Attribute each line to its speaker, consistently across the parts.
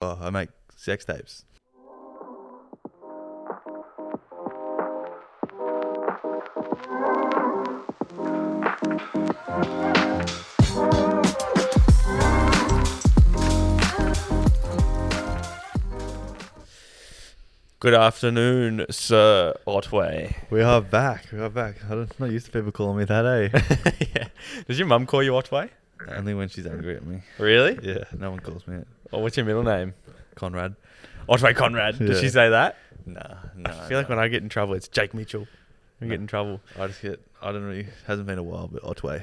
Speaker 1: Oh, I make sex tapes.
Speaker 2: Good afternoon, Sir Otway.
Speaker 1: We are back. We are back. I don't- I'm not used to people calling me that, eh?
Speaker 2: yeah. Does your mum call you Otway?
Speaker 1: Only when she's angry at me.
Speaker 2: Really?
Speaker 1: Yeah, no one calls me it.
Speaker 2: Or what's your middle name?
Speaker 1: Conrad.
Speaker 2: Otway Conrad. Does she
Speaker 1: Yeah.
Speaker 2: say that?
Speaker 1: Nah,
Speaker 2: I feel like when I get in trouble, it's Jake Mitchell. I
Speaker 1: No.
Speaker 2: get in trouble.
Speaker 1: I just get, I don't really, hasn't been a while, but Otway.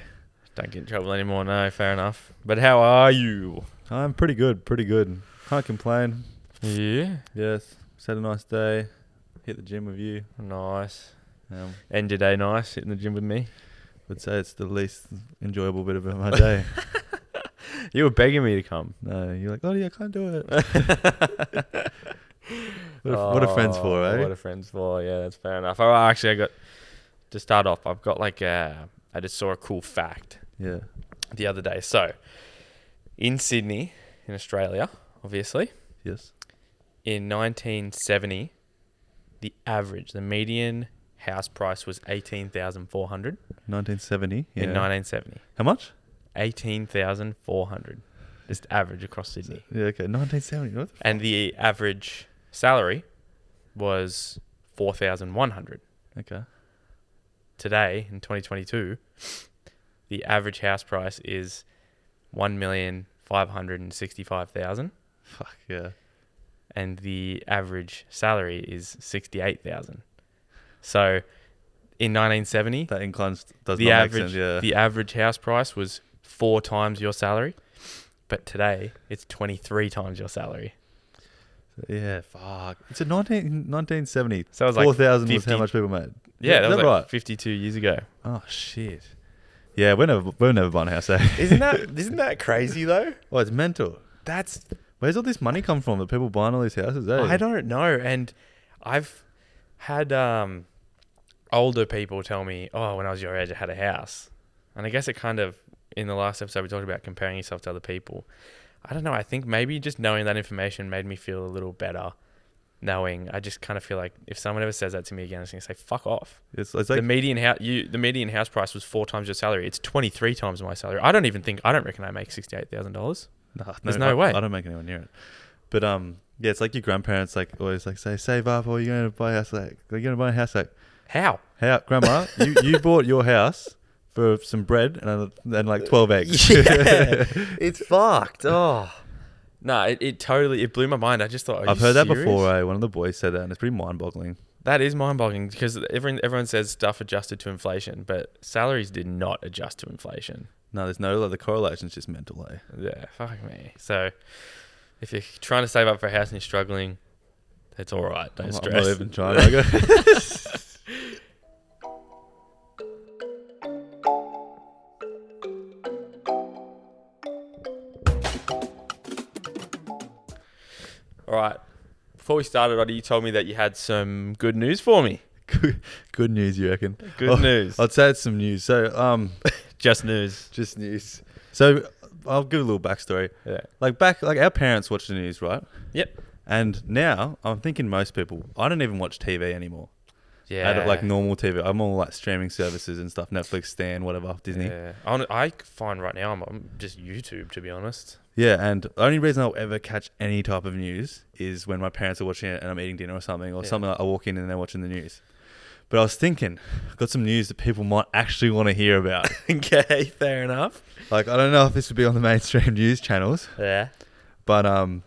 Speaker 2: Don't get in trouble anymore. No, fair enough. But how are you?
Speaker 1: I'm pretty good, pretty good. Can't complain.
Speaker 2: Yeah.
Speaker 1: Yes, just had a nice day. Hit the gym with you.
Speaker 2: Nice.
Speaker 1: Um,
Speaker 2: End your day nice. Sit in the gym with me.
Speaker 1: would say it's the least enjoyable bit of my day.
Speaker 2: You were begging me to come.
Speaker 1: no, you're like, oh yeah, I can't do it. what, a, what are friends for,
Speaker 2: Oh,
Speaker 1: eh?
Speaker 2: What are friends for? Yeah, that's fair enough. Oh, actually, I got to start off. I've got like a. I just saw a cool fact
Speaker 1: yeah.
Speaker 2: the other day. So, in Sydney, in Australia, obviously,
Speaker 1: Yes.
Speaker 2: in 1970, the average, the median house price was 18,400
Speaker 1: 1970. Yeah.
Speaker 2: in 1970.
Speaker 1: How much?
Speaker 2: 18,400 just average across Sydney.
Speaker 1: Yeah. Okay. 1970. What the
Speaker 2: And the average salary was 4,100.
Speaker 1: f- okay.
Speaker 2: today in 2022, the average house price is one million five hundred and sixty-five thousand,
Speaker 1: Fuck yeah.
Speaker 2: and the average salary is sixty-eight thousand. So, in 1970,
Speaker 1: That inclines does
Speaker 2: the
Speaker 1: not
Speaker 2: average
Speaker 1: make sense. Yeah.
Speaker 2: the average house price was four times your salary, but today it's twenty-three times your salary.
Speaker 1: yeah. Fuck. It's a 19, 1970.
Speaker 2: So it was like
Speaker 1: Four thousand was
Speaker 2: 50
Speaker 1: how much people made.
Speaker 2: Yeah, that
Speaker 1: is
Speaker 2: was like
Speaker 1: right?
Speaker 2: fifty-two years ago.
Speaker 1: Oh shit. Yeah, we're never we're never buying a house. Eh?
Speaker 2: Isn't that isn't that crazy though?
Speaker 1: Oh, it's mental.
Speaker 2: That's
Speaker 1: Where's all this money come from? The people buying all these houses, eh?
Speaker 2: I don't know. And I've had um, older people tell me, oh, when I was your age, I had a house. And I guess it kind of, in the last episode, we talked about comparing yourself to other people. I don't know. I think maybe just knowing that information made me feel a little better. Knowing, I just kind of feel like if someone ever says that to me again, I'm just gonna say "fuck off."
Speaker 1: It's, it's like
Speaker 2: the median house, you, the median house price was four times your salary. It's twenty three times my salary. I don't even think I don't reckon I make sixty eight thousand dollars.
Speaker 1: Nah,
Speaker 2: There's no
Speaker 1: I,
Speaker 2: way.
Speaker 1: I don't make anyone near it. But um, yeah, it's like your grandparents like always like say save up or you're gonna buy a house like you're gonna buy a house like
Speaker 2: How?
Speaker 1: how grandma you you bought your house for some bread and uh, and like twelve eggs.
Speaker 2: Yeah, it's fucked. Oh, no, it, it totally it blew my mind. I just thought are
Speaker 1: I've
Speaker 2: you
Speaker 1: heard that
Speaker 2: serious?
Speaker 1: before. Eh? One of the boys said that, and it's pretty mind boggling.
Speaker 2: That is mind boggling because everyone everyone says stuff adjusted to inflation, but salaries did not adjust to inflation.
Speaker 1: No, there's no like the correlation's just mental. Eh?
Speaker 2: Yeah, fuck me. So if you're trying to save up for a house and you're struggling, it's all right. Don't
Speaker 1: I'm, not- I'm
Speaker 2: stress.
Speaker 1: not even trying. I go-
Speaker 2: all right. Before we started, Oddy, you told me that you had some good news for me.
Speaker 1: good, good news, you reckon?
Speaker 2: Good
Speaker 1: Oh,
Speaker 2: news.
Speaker 1: I'd say it's some news. So um,
Speaker 2: Just news.
Speaker 1: just news. So I'll give a little backstory.
Speaker 2: Yeah.
Speaker 1: Like back, like our parents watched the news, right?
Speaker 2: Yep.
Speaker 1: And now I'm thinking most people. I don't even watch TV anymore.
Speaker 2: Yeah.
Speaker 1: I don't like normal TV. I'm all like streaming services and stuff. Netflix, Stan, whatever, Disney. Yeah.
Speaker 2: Yeah. I, don't- I find right now I'm, I'm just YouTube, to be honest.
Speaker 1: and the only reason I'll ever catch any type of news is when my parents are watching it and I'm eating dinner or something, or
Speaker 2: Yeah.
Speaker 1: something. Like I walk in and they're watching the news. But I was thinking, I've got some news that people might actually want to hear about.
Speaker 2: okay, fair enough.
Speaker 1: like I don't know if this would be on the mainstream news channels,
Speaker 2: Yeah.
Speaker 1: but um,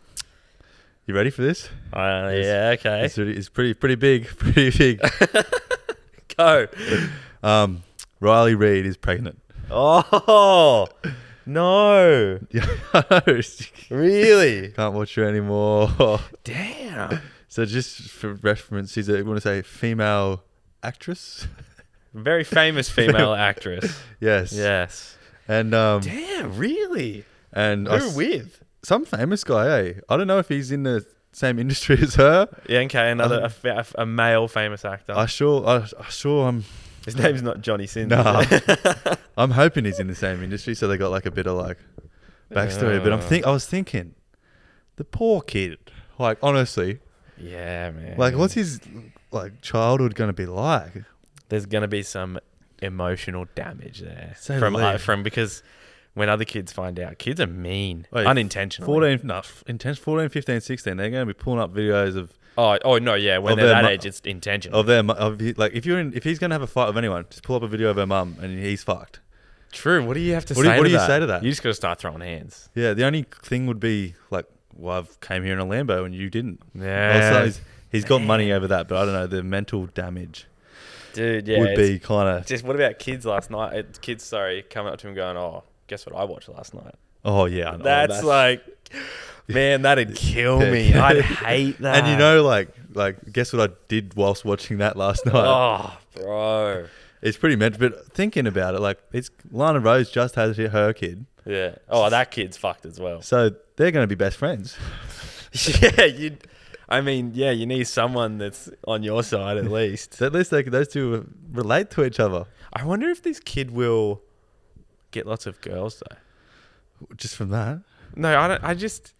Speaker 1: you ready for this?
Speaker 2: Uh,
Speaker 1: Yes.
Speaker 2: yeah, okay.
Speaker 1: It's, really, it's pretty, pretty big, pretty big.
Speaker 2: Go.
Speaker 1: Um, Riley Reid is pregnant.
Speaker 2: Oh, no.
Speaker 1: Yeah, I know.
Speaker 2: Really?
Speaker 1: can't watch her anymore.
Speaker 2: Damn.
Speaker 1: so just for reference, she's a, want to say female actress.
Speaker 2: Very famous female actress.
Speaker 1: Yes.
Speaker 2: Yes.
Speaker 1: And um,
Speaker 2: Damn, really?
Speaker 1: and I
Speaker 2: Who
Speaker 1: s-
Speaker 2: with?
Speaker 1: some famous guy. Eh? I don't know if he's in the same industry as her.
Speaker 2: Yeah, okay, another a,
Speaker 1: Um,
Speaker 2: fa- a male famous actor.
Speaker 1: I sure, I, I sure, I'm,
Speaker 2: His name's not Johnny Sins.
Speaker 1: Nah.
Speaker 2: is it?
Speaker 1: I'm hoping he's in the same industry. So they got like a bit of like backstory. but I'm
Speaker 2: Uh.
Speaker 1: think, I was thinking, the poor kid. Like honestly,
Speaker 2: Yeah, man.
Speaker 1: like what's his like childhood going to be like?
Speaker 2: There's gonna be some emotional damage there
Speaker 1: So
Speaker 2: from uh,
Speaker 1: lame.
Speaker 2: from because when other kids find out, kids are mean,
Speaker 1: Wait,
Speaker 2: unintentionally.
Speaker 1: 14, no, f- intense 14, 15, 16, they're going to be pulling up videos of
Speaker 2: Oh, oh no, yeah. When
Speaker 1: Of
Speaker 2: they're
Speaker 1: their
Speaker 2: that
Speaker 1: mu-
Speaker 2: age, it's intentional.
Speaker 1: of their mu- of he- like if you're in, if he's going to have a fight with anyone, just pull up a video of her mum and he's fucked.
Speaker 2: True. What do you have to
Speaker 1: What do
Speaker 2: say?
Speaker 1: you- what
Speaker 2: to
Speaker 1: do you
Speaker 2: that?
Speaker 1: say to that?
Speaker 2: You just gotta start throwing hands.
Speaker 1: Yeah, the only thing would be like, well, I've came here in a Lambo and you didn't.
Speaker 2: Yeah.
Speaker 1: Also, he's- he's got money over that, but I don't know the mental damage
Speaker 2: Dude, yeah.
Speaker 1: would
Speaker 2: it's-
Speaker 1: be kind of
Speaker 2: Just what about kids last night? Uh, Kids, sorry, coming up to him going, "Oh, guess what I watched last night."
Speaker 1: oh yeah. I know,
Speaker 2: That's, like, man, that'd kill me.
Speaker 1: Yeah.
Speaker 2: I'd hate that.
Speaker 1: and you know like like guess what I did whilst watching that last night.
Speaker 2: oh, bro,
Speaker 1: It's pretty mental, but thinking about it, like it's Lana Rose just has her kid,
Speaker 2: yeah. Oh, that kid's fucked as well.
Speaker 1: so they're going to be best friends.
Speaker 2: yeah, you. I mean, yeah, you need someone that's on your side at least.
Speaker 1: So at least they, could- those two relate to each other
Speaker 2: I wonder if this kid will get lots of girls though.
Speaker 1: just from that.
Speaker 2: No, I don't. I just,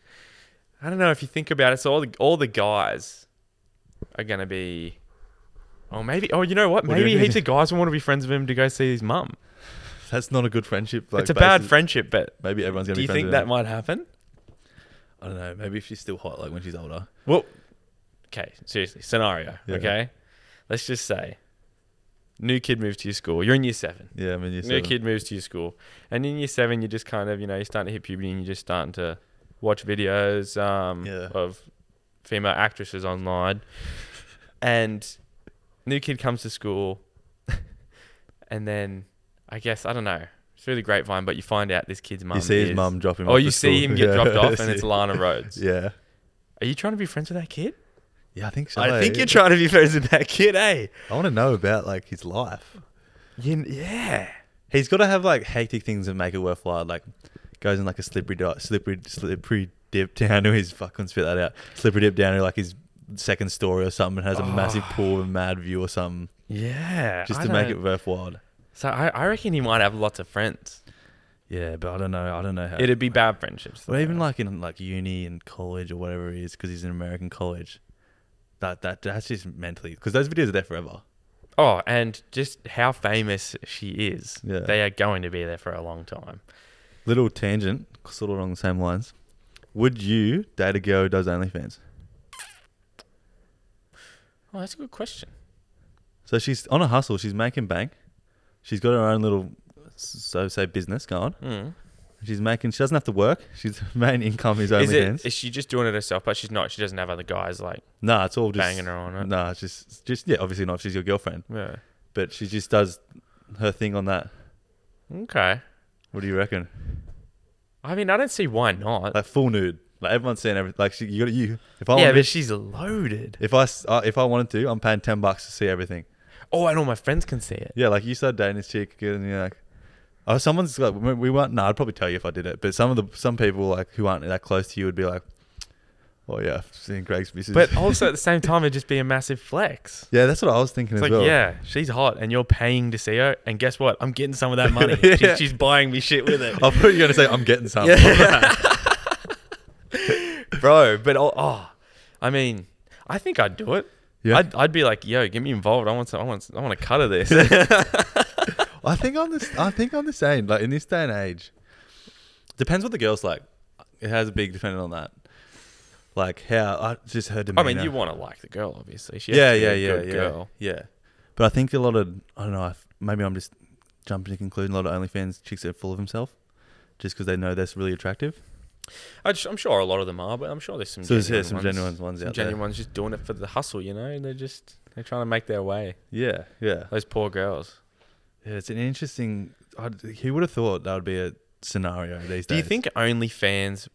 Speaker 2: I don't know if you think about it. So all the all the guys are gonna be, oh maybe, oh you know what?
Speaker 1: What do you
Speaker 2: Maybe
Speaker 1: mean?
Speaker 2: heaps of guys will want to be friends with him to go see his mum.
Speaker 1: That's not a good friendship. Like,
Speaker 2: it's a bad
Speaker 1: basis.
Speaker 2: friendship, but
Speaker 1: Maybe everyone's going to be
Speaker 2: do you
Speaker 1: friends.
Speaker 2: think
Speaker 1: with
Speaker 2: that
Speaker 1: them.
Speaker 2: might happen?
Speaker 1: I don't know. Maybe if she's still hot, like when she's older.
Speaker 2: Well, okay, seriously, scenario.
Speaker 1: Yeah.
Speaker 2: Okay, let's just say, new kid moves to your school. You're in year seven.
Speaker 1: Yeah, I mean, you're
Speaker 2: New kid moves to your school, and in year seven, you're just kind of, you know, you're starting to hit puberty, and you're just starting to watch videos um,
Speaker 1: Yeah.
Speaker 2: of female actresses online. And new kid comes to school, and then I guess I don't know through the grapevine, but you find out this kid's mum.
Speaker 1: You see his
Speaker 2: is-
Speaker 1: mum drop him.
Speaker 2: Or
Speaker 1: off
Speaker 2: you
Speaker 1: at
Speaker 2: see
Speaker 1: school.
Speaker 2: him get
Speaker 1: Yeah.
Speaker 2: dropped off, and it's
Speaker 1: See.
Speaker 2: Lana Rhodes.
Speaker 1: Yeah,
Speaker 2: Are you trying to be friends with that kid?
Speaker 1: yeah, I think so.
Speaker 2: I
Speaker 1: eh?
Speaker 2: think you're trying to be friends with that kid, eh?
Speaker 1: I want to know about like his life.
Speaker 2: You, yeah.
Speaker 1: He's got to have like hectic things that make it worthwhile. Like goes in like a slippery, di- slippery, slippery dip down to his fucking spit that out. Slippery dip down to like his second story or something. and Has a massive
Speaker 2: Oh.
Speaker 1: pool with mad view or something,
Speaker 2: Yeah.
Speaker 1: just
Speaker 2: I
Speaker 1: to make
Speaker 2: don't-
Speaker 1: it worthwhile.
Speaker 2: So I, I reckon he might have lots of friends.
Speaker 1: Yeah, but I don't know. I don't know how.
Speaker 2: It'd be bad friendships.
Speaker 1: Or even like in like uni and college or whatever it is, because he's in American college. That that that's just mentally because those videos are there forever.
Speaker 2: oh, and just how famous she is.
Speaker 1: Yeah.
Speaker 2: They are going to be there for a long time.
Speaker 1: Little tangent, sort of along the same lines. Would you date a girl who does OnlyFans?
Speaker 2: Oh, that's a good question.
Speaker 1: So she's on a hustle. She's making bank. She's got her own little so say business going.
Speaker 2: Mm.
Speaker 1: She's making. She doesn't have to work. She's her main income is
Speaker 2: Is
Speaker 1: OnlyFans.
Speaker 2: it? Is she just doing it herself? But she's not. She doesn't have other guys like
Speaker 1: nah, it's all just
Speaker 2: banging her on it.
Speaker 1: Nah, it's just it's just yeah. Obviously not. if She's your girlfriend,
Speaker 2: Yeah.
Speaker 1: but she just does her thing on that.
Speaker 2: Okay.
Speaker 1: What do you reckon?
Speaker 2: I mean, I don't see why not.
Speaker 1: like full nude. Like everyone's seeing everything. Like she, you got you. If I
Speaker 2: yeah,
Speaker 1: wanted,
Speaker 2: but she's loaded.
Speaker 1: if I s- uh, if I wanted to, I'm paying ten bucks to see everything.
Speaker 2: Oh, and all my friends can see it.
Speaker 1: Yeah, like you started dating this chick, and you're like, oh, someone's like, we we weren't. No, I'd probably tell you if I did it. But some of the some people like who aren't that close to you would be like, oh yeah, I've seen Greg's missus.
Speaker 2: But also at the same time, it'd just be a massive flex.
Speaker 1: yeah, that's what I was thinking
Speaker 2: It's
Speaker 1: as
Speaker 2: like,
Speaker 1: well.
Speaker 2: yeah, she's hot, and you're paying to see her. And guess what? I'm getting some of that money.
Speaker 1: Yeah.
Speaker 2: She- she's buying me shit with it.
Speaker 1: I thought you were gonna say I'm getting
Speaker 2: Oh.
Speaker 1: some.
Speaker 2: bro. But oh, oh, I mean, I think I'd do it.
Speaker 1: Yeah.
Speaker 2: I'd, I'd be like, yo, get me involved. I want some. I want. I want a cut of this.
Speaker 1: I think I'm the I think I'm the same. Like in this day and age, depends what the girl's like. It has a big dependent on that. Like how I just her
Speaker 2: I
Speaker 1: demeanor.
Speaker 2: mean, you want to like the girl, obviously. She has
Speaker 1: yeah,
Speaker 2: to be
Speaker 1: yeah,
Speaker 2: a
Speaker 1: yeah,
Speaker 2: good
Speaker 1: yeah,
Speaker 2: girl.
Speaker 1: yeah. But I think a lot of I don't know. I- Maybe I'm just jumping to conclusion. A lot of OnlyFans chicks are full of himself, just because they know that's really attractive.
Speaker 2: I just, I'm sure a lot of them are, but I'm sure there's some.
Speaker 1: So there's- yeah,
Speaker 2: genuine
Speaker 1: some
Speaker 2: ones,
Speaker 1: genuine ones
Speaker 2: Some
Speaker 1: out there.
Speaker 2: genuine ones just doing it for the hustle. You know, they're just they're trying to make their way.
Speaker 1: Yeah, yeah.
Speaker 2: Those poor girls.
Speaker 1: yeah it's an interesting. I'd, who would have thought that would be a scenario these days?
Speaker 2: Do you think OnlyFans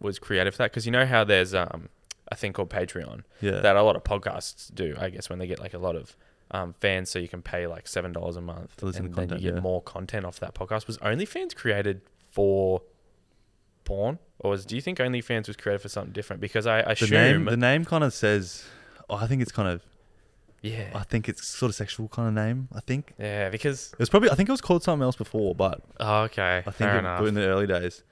Speaker 2: was created for that? Because you know how there's um a thing called Patreon.
Speaker 1: Yeah,
Speaker 2: that a lot of podcasts do, I guess, when they get like a lot of um, fans, so you can pay like seven dollars a month
Speaker 1: To listen
Speaker 2: and
Speaker 1: to
Speaker 2: then
Speaker 1: content,
Speaker 2: you get
Speaker 1: yeah.
Speaker 2: more content off that podcast. Was OnlyFans created for porn, or was, do you think OnlyFans was created for something different? Because I
Speaker 1: the
Speaker 2: assume,
Speaker 1: name. The name kind of says. oh, I think it's kind of.
Speaker 2: yeah,
Speaker 1: I think it's sort of sexual kind of name. I think
Speaker 2: yeah, because
Speaker 1: it was probably. I think it was called something else before, but
Speaker 2: oh, okay,
Speaker 1: I think
Speaker 2: fair
Speaker 1: it,
Speaker 2: enough.
Speaker 1: in the early days.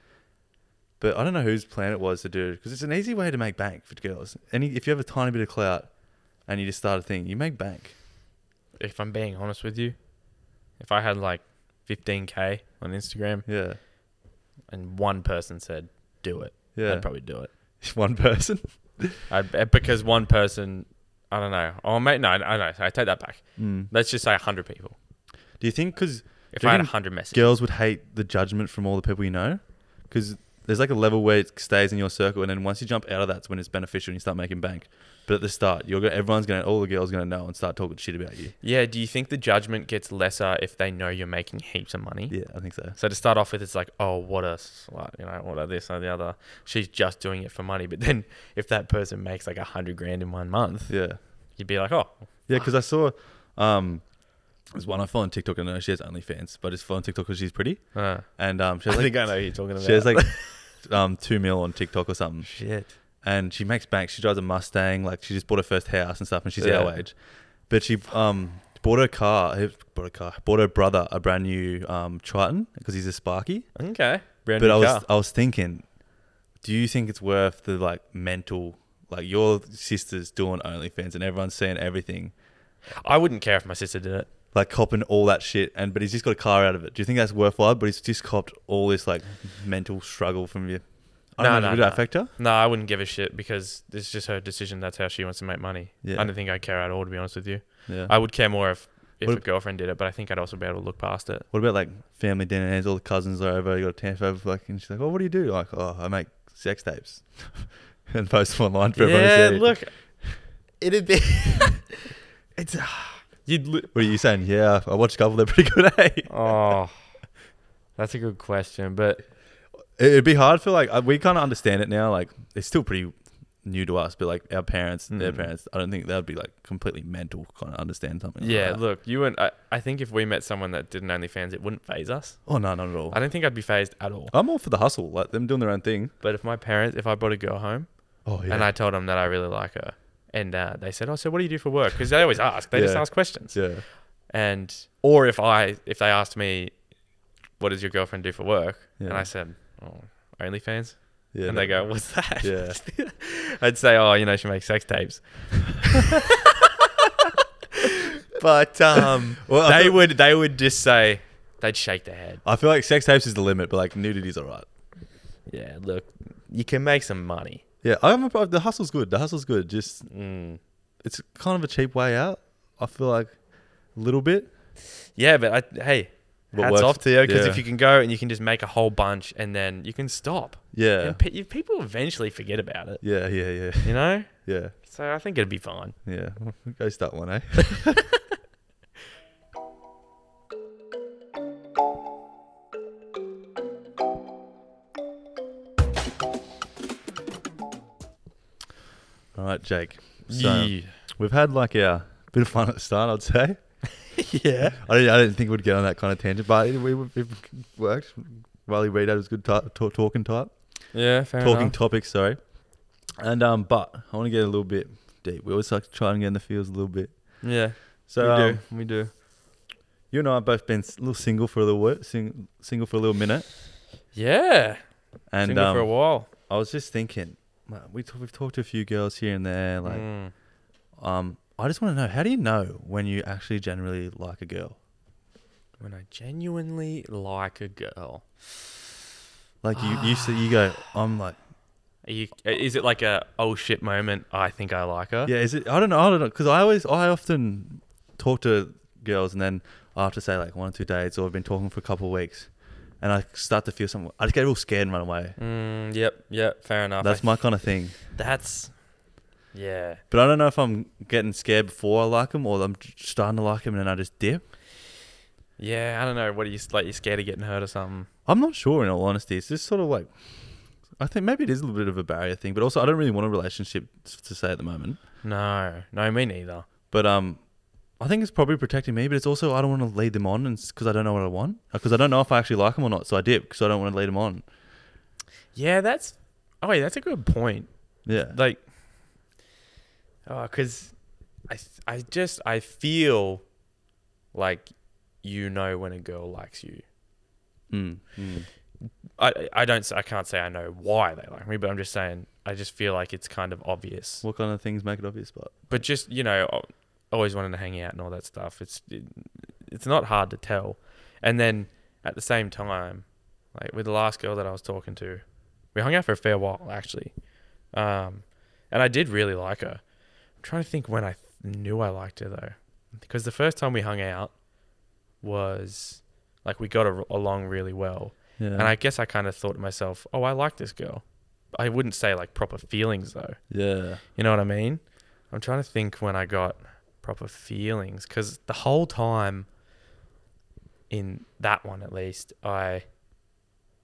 Speaker 1: But I don't know whose plan it was to do because it's an easy way to make bank for girls. Any if you have a tiny bit of clout and you just start a thing, you make bank.
Speaker 2: If I'm being honest with you, if I had like 15k on Instagram
Speaker 1: Yeah,
Speaker 2: and one person said do it,
Speaker 1: yeah.
Speaker 2: I'd probably do it.
Speaker 1: One person.
Speaker 2: I because one person, I don't know. Oh mate, no, I know. I take that back.
Speaker 1: Mm.
Speaker 2: Let's just say 100 people.
Speaker 1: Do you think because
Speaker 2: If
Speaker 1: Do you
Speaker 2: I had
Speaker 1: think
Speaker 2: 100 messages,
Speaker 1: girls would hate the judgment from all the people you know? Because there's like a level where it stays in your circle, and then once you jump out of that's when it's beneficial and you start making bank. But at the start, you're gonna, everyone's gonna all the girls gonna know and start talking shit about you.
Speaker 2: yeah. Do you think the judgment gets lesser if they know you're making heaps of money?
Speaker 1: Yeah, I think so.
Speaker 2: So to start off with, it's like, oh, what a slut, you know, what a this and the other. She's just doing it for money. But then if that person makes like a hundred grand in one month,
Speaker 1: Yeah.
Speaker 2: you'd be like, oh,
Speaker 1: Yeah, because I saw um, there's one I follow on TikTok. and I know she has OnlyFans, but I just follow on TikTok because she's pretty.
Speaker 2: uh,
Speaker 1: And um, she
Speaker 2: I
Speaker 1: has like,
Speaker 2: think I know who you're talking about.
Speaker 1: she has like um, two mil on TikTok or something.
Speaker 2: shit.
Speaker 1: And she makes bank. She drives a Mustang. Like she just bought her first house and stuff. And she's
Speaker 2: Yeah.
Speaker 1: our age, but she um bought her car. eh, Bought a car. Bought her brother a brand new um Triton because he's a Sparky.
Speaker 2: Okay, brand
Speaker 1: but
Speaker 2: new
Speaker 1: I was
Speaker 2: car.
Speaker 1: I was thinking, do you think it's worth the like mental? Like your sister's doing OnlyFans and everyone's seeing everything.
Speaker 2: I wouldn't care if my sister did it.
Speaker 1: like copping all that shit and but he's just got a car out of it. Do you think that's worthwhile? But he's just copped all this like mental struggle from you. I
Speaker 2: No,
Speaker 1: don't know,
Speaker 2: no,
Speaker 1: would
Speaker 2: no.
Speaker 1: that affect her?
Speaker 2: No, I wouldn't give a shit because it's just her decision. That's how she wants to make money.
Speaker 1: Yeah.
Speaker 2: I don't think I care at all, to be honest with you.
Speaker 1: Yeah.
Speaker 2: I would care more if if
Speaker 1: What
Speaker 2: a girlfriend did it, but I think I'd also be able to look past it.
Speaker 1: what about like family dinners, all the cousins are over, you got a tamp over like and she's like, Oh, what do you do? Like, oh, I make sex tapes and post them online for
Speaker 2: yeah,
Speaker 1: everyone to see.
Speaker 2: look, it'd be. it's you'd. Li-
Speaker 1: What are you saying? Yeah, I watched a couple, they're pretty good, eh?
Speaker 3: Oh, that's a good question. But
Speaker 1: It'd be hard for like I- we kinda understand it now, like it's still pretty new to us, but like our parents, their
Speaker 2: Mm.
Speaker 1: parents, I don't think that'd be like completely mental kind of understand something. like
Speaker 2: yeah,
Speaker 1: that.
Speaker 2: look, you and I, I think if we met someone that did an OnlyFans, it wouldn't phase us.
Speaker 1: Oh no, not at all.
Speaker 2: I don't think I'd be phased at all.
Speaker 1: I'm all for the hustle, like them doing their own thing.
Speaker 2: But if my parents, if I brought a girl home
Speaker 1: Oh yeah,
Speaker 2: and I told them that I really like her, and uh, they said, "Oh, so what do you do for work?" Because they always ask. They just
Speaker 1: Yeah.
Speaker 2: ask questions.
Speaker 1: yeah,
Speaker 2: and or if I if they asked me, "What does your girlfriend do for work?" and
Speaker 1: Yeah.
Speaker 2: I said, "Oh, OnlyFans,"
Speaker 1: yeah.
Speaker 2: and they go, "What's that?"
Speaker 1: Yeah.
Speaker 2: I'd say, "Oh, you know, she makes sex tapes." but um,
Speaker 1: Well, I
Speaker 2: they
Speaker 1: feel-
Speaker 2: would they would just say they'd shake their head.
Speaker 1: I feel like sex tapes is the limit, but like nudity's all right.
Speaker 2: Yeah, look, you can make some money.
Speaker 1: Yeah, I'm a, pro- the hustle's good. The hustle's good. Just
Speaker 2: Mm.
Speaker 1: it's kind of a cheap way out. I feel like a little bit.
Speaker 2: Yeah, but I, hey.
Speaker 1: What
Speaker 2: Hats
Speaker 1: works-
Speaker 2: off to you because
Speaker 1: yeah.
Speaker 2: if you can go and you can just make a whole bunch and then you can stop.
Speaker 1: Yeah,
Speaker 2: And pe- you- people eventually forget about it,
Speaker 1: yeah, yeah, yeah,
Speaker 2: you know?
Speaker 1: yeah,
Speaker 2: So I think it'd be fine.
Speaker 1: yeah. Go start one, eh? All right, Jake. So, We've had like a bit of fun at the start, I'd say.
Speaker 2: yeah.
Speaker 1: I didn't, I didn't think we'd get on that kind of tangent, but it, we, it worked. Riley Reid was a good type, ta- talking type,
Speaker 2: Yeah, fair
Speaker 1: talking topics. Sorry, and um, but I want to get a little bit deep. We always like to try and get in the fields a little bit.
Speaker 2: yeah,
Speaker 1: So
Speaker 2: we
Speaker 1: um,
Speaker 2: do. We do.
Speaker 1: you and I have both been s- a little single for a little wor- sing, single for a little minute,
Speaker 2: Yeah.
Speaker 1: and
Speaker 2: Single for a
Speaker 1: um,
Speaker 2: while.
Speaker 1: I was just thinking, man, we t- we've talked to a few girls here and there. Like,
Speaker 2: Mm.
Speaker 1: um, I just want to know, how do you know when you actually generally like a girl?
Speaker 2: When I genuinely like a girl.
Speaker 1: Like you, you say you go, I'm like.
Speaker 2: Are you, is it like a oh shit moment? I think I like her.
Speaker 1: Yeah, is it? I don't know. I don't know because I always, I often talk to girls, and then I have to say like one or two dates, or I've been talking for a couple of weeks, and I start to feel something. I just get real scared and run away.
Speaker 2: Mm, yep. Yep. Fair enough.
Speaker 1: That's my kind of thing.
Speaker 2: That's. Yeah.
Speaker 1: But I don't know if I'm getting scared before I like them, or I'm j- starting to like them and then I just dip.
Speaker 2: Yeah. I don't know. What are you like? You scared of getting hurt or something?
Speaker 1: I'm not sure. In all honesty, it's just sort of like. I think maybe it is a little bit of a barrier thing, but also I don't really want a relationship s- to say at the moment.
Speaker 2: No. No, me neither.
Speaker 1: But um, I think it's probably protecting me, but it's also I don't want to lead them on, and because I don't know what I want, because I don't know if I actually like them or not, so I dip because I don't want to lead them on.
Speaker 2: Yeah. That's. Oh, yeah. That's a good point.
Speaker 1: Yeah,
Speaker 2: like oh because i th- i just i feel like you know when a girl likes you
Speaker 1: mm. Mm.
Speaker 2: I I don't s- I can't say I know why they like me, but I'm just saying I just feel like it's kind of obvious.
Speaker 1: What kind of things make it obvious? But
Speaker 2: But just you know, al- always wanting to hang out and all that stuff. It's it, it's not hard to tell. And then at the same time, like with the last girl that I was talking to, we hung out for a fair while actually, um, and I did really like her. I'm trying to think when I th- knew I liked her though, because the first time we hung out was like we got a- along really well.
Speaker 1: yeah,
Speaker 2: And I guess I kind of thought to myself, oh, I like this girl. I wouldn't say like proper feelings though.
Speaker 1: yeah,
Speaker 2: You know what I mean? I'm trying to think when I got proper feelings because the whole time in that one at least, I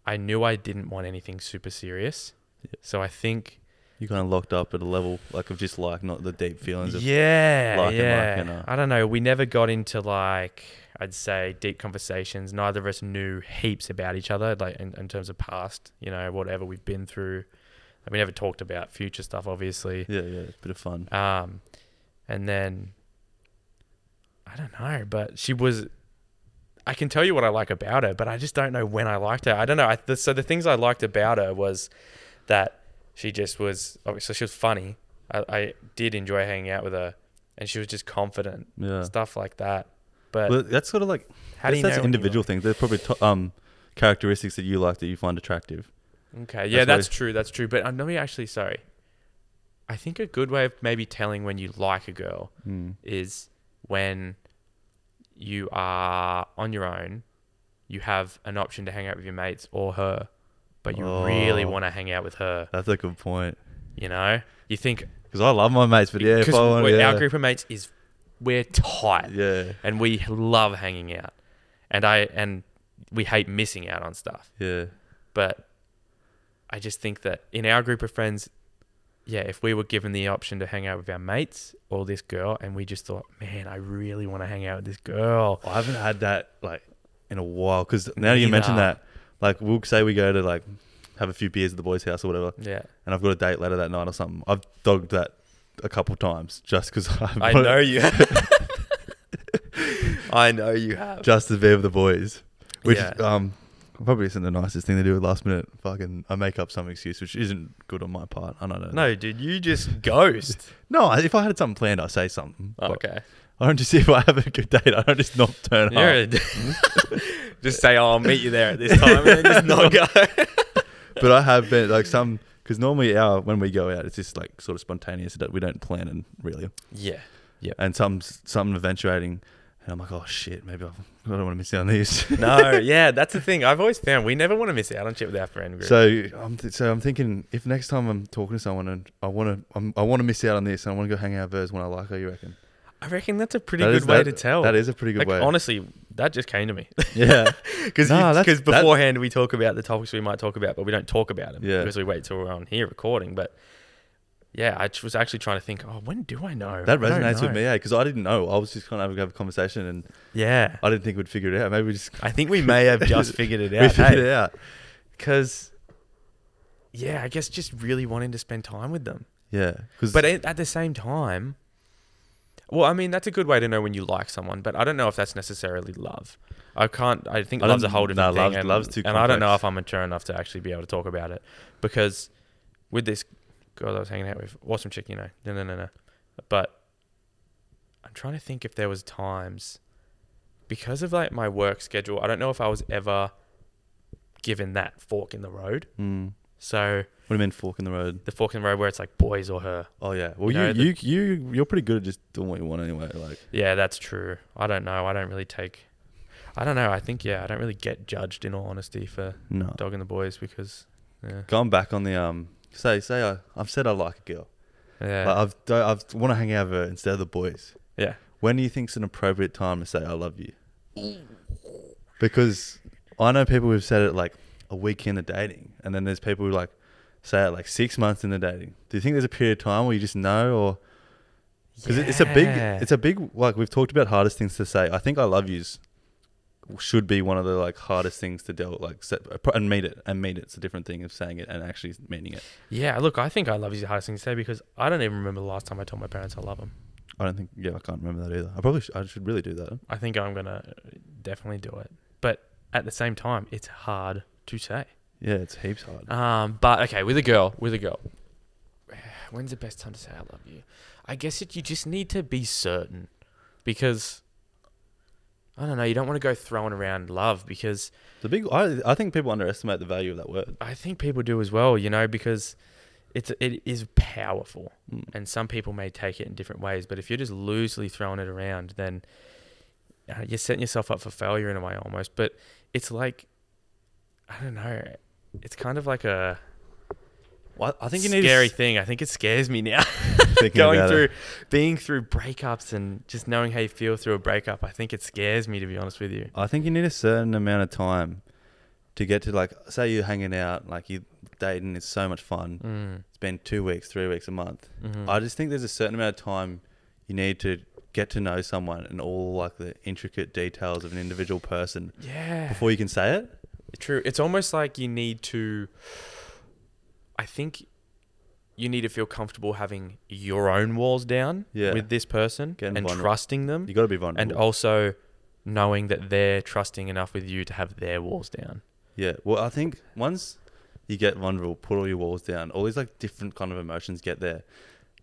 Speaker 2: I knew I didn't want anything super serious.
Speaker 1: Yeah.
Speaker 2: So I think
Speaker 1: you kind of locked up at a level like of just like not the deep feelings of
Speaker 2: yeah,
Speaker 1: like and like
Speaker 2: yeah.
Speaker 1: and, uh,
Speaker 2: I don't know. We never got into like I'd say deep conversations. Neither of us knew heaps about each other, like in, in terms of past, you know, whatever we've been through. Like, we never talked about future stuff, obviously.
Speaker 1: yeah, yeah, it's a bit of fun.
Speaker 2: Um, and then I don't know, but she was. I can tell you what I like about her, but I just don't know when I liked her. I don't know. I, the, so the things I liked about her was that she just was. oh, So she was funny. I, I did enjoy hanging out with her, and she was just confident,
Speaker 1: Yeah,
Speaker 2: stuff like that. But
Speaker 1: well, that's sort of like
Speaker 2: how do you know?
Speaker 1: that's
Speaker 2: when you
Speaker 1: individual things. There's probably to um characteristics that you like that you find attractive.
Speaker 2: Okay, yeah,
Speaker 1: That's why-
Speaker 2: that's, true. That's true. But I'm not actually sorry. I think a good way of maybe telling when you like a girl
Speaker 1: Mm.
Speaker 2: is when you are on your own, you have an option to hang out with your mates or her, but you really
Speaker 1: Oh.
Speaker 2: want to hang out with her.
Speaker 1: That's a good point
Speaker 2: You know, you think
Speaker 1: because I love my mates, but yeah, if
Speaker 2: because
Speaker 1: I want, yeah,
Speaker 2: our group of mates is we're tight
Speaker 1: yeah,
Speaker 2: and we love hanging out, and I and we hate missing out on stuff.
Speaker 1: yeah,
Speaker 2: but I just think that in our group of friends, yeah, if we were given the option to hang out with our mates or this girl, and we just thought, man, I really want to hang out with this girl.
Speaker 1: I haven't had that like in a while because now that you mention
Speaker 2: Neither.
Speaker 1: that, like we'll say we go to like have a few beers at the boys' house or whatever,
Speaker 2: Yeah,
Speaker 1: and I've got a date later that night or something. I've dogged that a couple times just because
Speaker 2: I know you. I know you have.
Speaker 1: just to be with the boys, which
Speaker 2: Yeah.
Speaker 1: um probably isn't the nicest thing to do at last minute. Fucking, I make up some excuse which isn't good on my part. I don't know.
Speaker 2: No, dude, you just ghost.
Speaker 1: no. I- If I had something planned, I say something. but
Speaker 2: Oh, okay.
Speaker 1: I don't just if I have a good date. I don't just not turn
Speaker 2: You're
Speaker 1: up.
Speaker 2: a d- just say, oh, I'll meet you there at this time, and then just not go.
Speaker 1: but I have been like some because normally our when we go out, it's just like sort of spontaneous. that We don't plan and really,
Speaker 2: Yeah.
Speaker 1: and some some eventuating, and I'm like, oh shit, maybe I've, I don't want to miss out on this.
Speaker 2: No, yeah, that's the thing. I've always found we never want to miss out on shit with our friend group.
Speaker 1: so I'm th- so I'm thinking if next time I'm talking to someone and I want to I'm, I want to miss out on this and I want to go hang out with hers when I like her, you reckon?
Speaker 2: I reckon that's a pretty
Speaker 1: That
Speaker 2: good
Speaker 1: is-
Speaker 2: way
Speaker 1: that-
Speaker 2: to tell.
Speaker 1: That is a pretty good
Speaker 2: Like,
Speaker 1: way.
Speaker 2: Honestly, that just came to me.
Speaker 1: yeah,
Speaker 2: Because
Speaker 1: Nah, that's- that-
Speaker 2: beforehand we talk about the topics we might talk about, but we don't talk about them
Speaker 1: Yeah.
Speaker 2: because we wait till we're on here recording. But yeah, I ch- was actually trying to think, oh, when do I know?
Speaker 1: that
Speaker 2: I don't
Speaker 1: resonates with
Speaker 2: know.
Speaker 1: me, yeah, because I didn't know. I was just kind of having a conversation and
Speaker 2: Yeah,
Speaker 1: I didn't think we'd figure it out. Maybe we just
Speaker 2: I think we may have just figured it
Speaker 1: we
Speaker 2: out.
Speaker 1: figured it out.
Speaker 2: Because yeah, I guess just really wanting to spend time with them,
Speaker 1: Yeah, because
Speaker 2: but at at the same time, well, I mean that's a good way to know when you like someone, but I don't know if that's necessarily love. I can't. I think
Speaker 1: I
Speaker 2: love's a
Speaker 1: don't- no,
Speaker 2: whole different thing.
Speaker 1: love's-
Speaker 2: and,
Speaker 1: love's too
Speaker 2: and I don't know
Speaker 1: complex.
Speaker 2: if I'm mature enough to actually be able to talk about it because with this girl I was hanging out with, awesome chick, you know, no, no, no, no. But I'm trying to think if there was times because of like my work schedule. I don't know if I was ever given that fork in the road.
Speaker 1: Mm.
Speaker 2: So
Speaker 1: What do you mean fork in the road?
Speaker 2: the fork in the road where it's like boys or her.
Speaker 1: Oh yeah. Well,
Speaker 2: You
Speaker 1: you
Speaker 2: know,
Speaker 1: you, you you you're pretty good at just doing what you want anyway. Like
Speaker 2: Yeah, that's true. I don't know. I don't really take. I don't know. I think yeah, I don't really get judged in all honesty for
Speaker 1: no.
Speaker 2: dogging the boys because yeah,
Speaker 1: Going back on the um, say say I I've said I like a girl.
Speaker 2: yeah,
Speaker 1: Like I've do- I've want to hang out with her instead of the boys.
Speaker 2: yeah.
Speaker 1: When do you think's an appropriate time to say I love you? Because I know people who've said it like a week into dating, and then there's people who like say it like six months into dating. Do you think there's a period of time where you just know, or because it's a big
Speaker 2: Yeah.
Speaker 1: it's a big like we've talked about hardest things to say. I think I love yous should be one of the like hardest things to deal with, like set, uh, and meet it and meet it's a different thing of saying it and actually meaning it.
Speaker 2: yeah. Look, I think I love you is the hardest thing to say because I don't even remember the last time I told my parents I love them.
Speaker 1: I don't think yeah I can't remember that either. I probably sh- I should really do that.
Speaker 2: I think I'm gonna definitely do it, but at the same time, it's hard to say.
Speaker 1: Yeah, it's heaps hard.
Speaker 2: Um, but okay, with a girl, with a girl. When's the best time to say I love you? I guess it, you just need to be certain, because I don't know. You don't want to go throwing around love because
Speaker 1: The big, I, I think people underestimate the value of that word.
Speaker 2: I think people do as well. You know, because it's it is powerful,
Speaker 1: Mm.
Speaker 2: and some people may take it in different ways. But if you're just loosely throwing it around, then uh, you're setting yourself up for failure in a way almost. But it's like I don't know. It's kind of like a
Speaker 1: Well, I think you need to
Speaker 2: scary
Speaker 1: s-
Speaker 2: thing. I think it scares me now.
Speaker 1: Thinking
Speaker 2: Going
Speaker 1: about
Speaker 2: through
Speaker 1: it.
Speaker 2: being through breakups and just knowing how you feel through a breakup, I think it scares me to be honest with you.
Speaker 1: I think you need a certain amount of time to get to like, say you're hanging out, like you dating is so much fun.
Speaker 2: Mm.
Speaker 1: It's been two weeks, three weeks, a month.
Speaker 2: Mhm.
Speaker 1: I just think there's a certain amount of time you need to get to know someone and all like the intricate details of an individual person
Speaker 2: yeah.
Speaker 1: before you can say it.
Speaker 2: True. It's almost like you need to. I think you need to feel comfortable having your own walls down
Speaker 1: Yeah.
Speaker 2: with this person
Speaker 1: Getting
Speaker 2: and
Speaker 1: vulnerable.
Speaker 2: trusting them,
Speaker 1: You got to be
Speaker 2: Mm. and
Speaker 1: vulnerable.
Speaker 2: also knowing that they're trusting enough with you to have their walls down.
Speaker 1: yeah. Well, I think once you get vulnerable, put all your walls down, all these like different kind of emotions get there.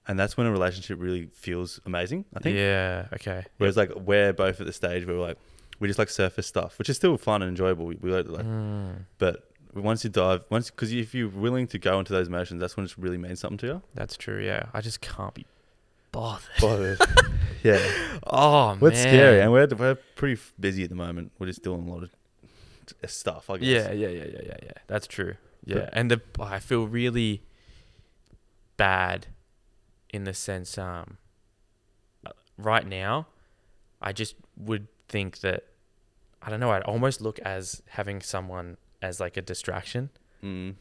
Speaker 1: And that's when a relationship really feels amazing, I think.
Speaker 2: Yeah. Okay.
Speaker 1: Whereas like we're both at the stage where we're like we just like surface stuff, which is still fun and enjoyable. We, we like, like
Speaker 2: Mm.
Speaker 1: but once you dive, once because if you're willing to go into those emotions, that's when it really means something to you.
Speaker 2: That's true. Yeah. I just can't be bothered.
Speaker 1: yeah,
Speaker 2: Oh,
Speaker 1: well, it's
Speaker 2: man.
Speaker 1: scary, and we're we're pretty f- busy at the moment. We're just doing a lot of t- stuff, I guess.
Speaker 2: Yeah, yeah, yeah, yeah, yeah, yeah. That's true. Yeah,
Speaker 1: But-
Speaker 2: and the oh, I feel really bad in the sense um uh, right now I just would think that I don't know, I'd almost look as having someone as like a distraction.
Speaker 1: Mm.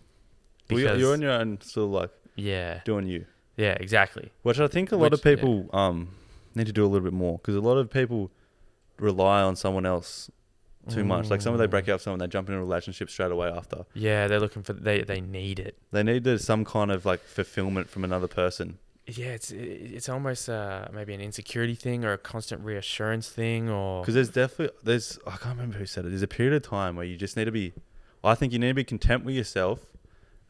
Speaker 1: Well, you're,
Speaker 2: Because-
Speaker 1: you're on your own, still like
Speaker 2: Yeah.
Speaker 1: doing you,
Speaker 2: Yeah, exactly.
Speaker 1: which I think a lot of
Speaker 2: Which- yeah.
Speaker 1: people um need to do a little bit more because a lot of people rely on someone else too much. Like someone they break
Speaker 2: Mm.
Speaker 1: up, with someone they jump into a relationship straight away after.
Speaker 2: Yeah, they're looking for they they need it.
Speaker 1: They need there's some kind of like fulfillment from another person.
Speaker 2: Yeah, it's it- it's almost uh maybe an insecurity thing or a constant reassurance thing or
Speaker 1: Because there's definitely there's I can't remember who said it. There's a period of time where you just need to be. I think you need to be content with yourself,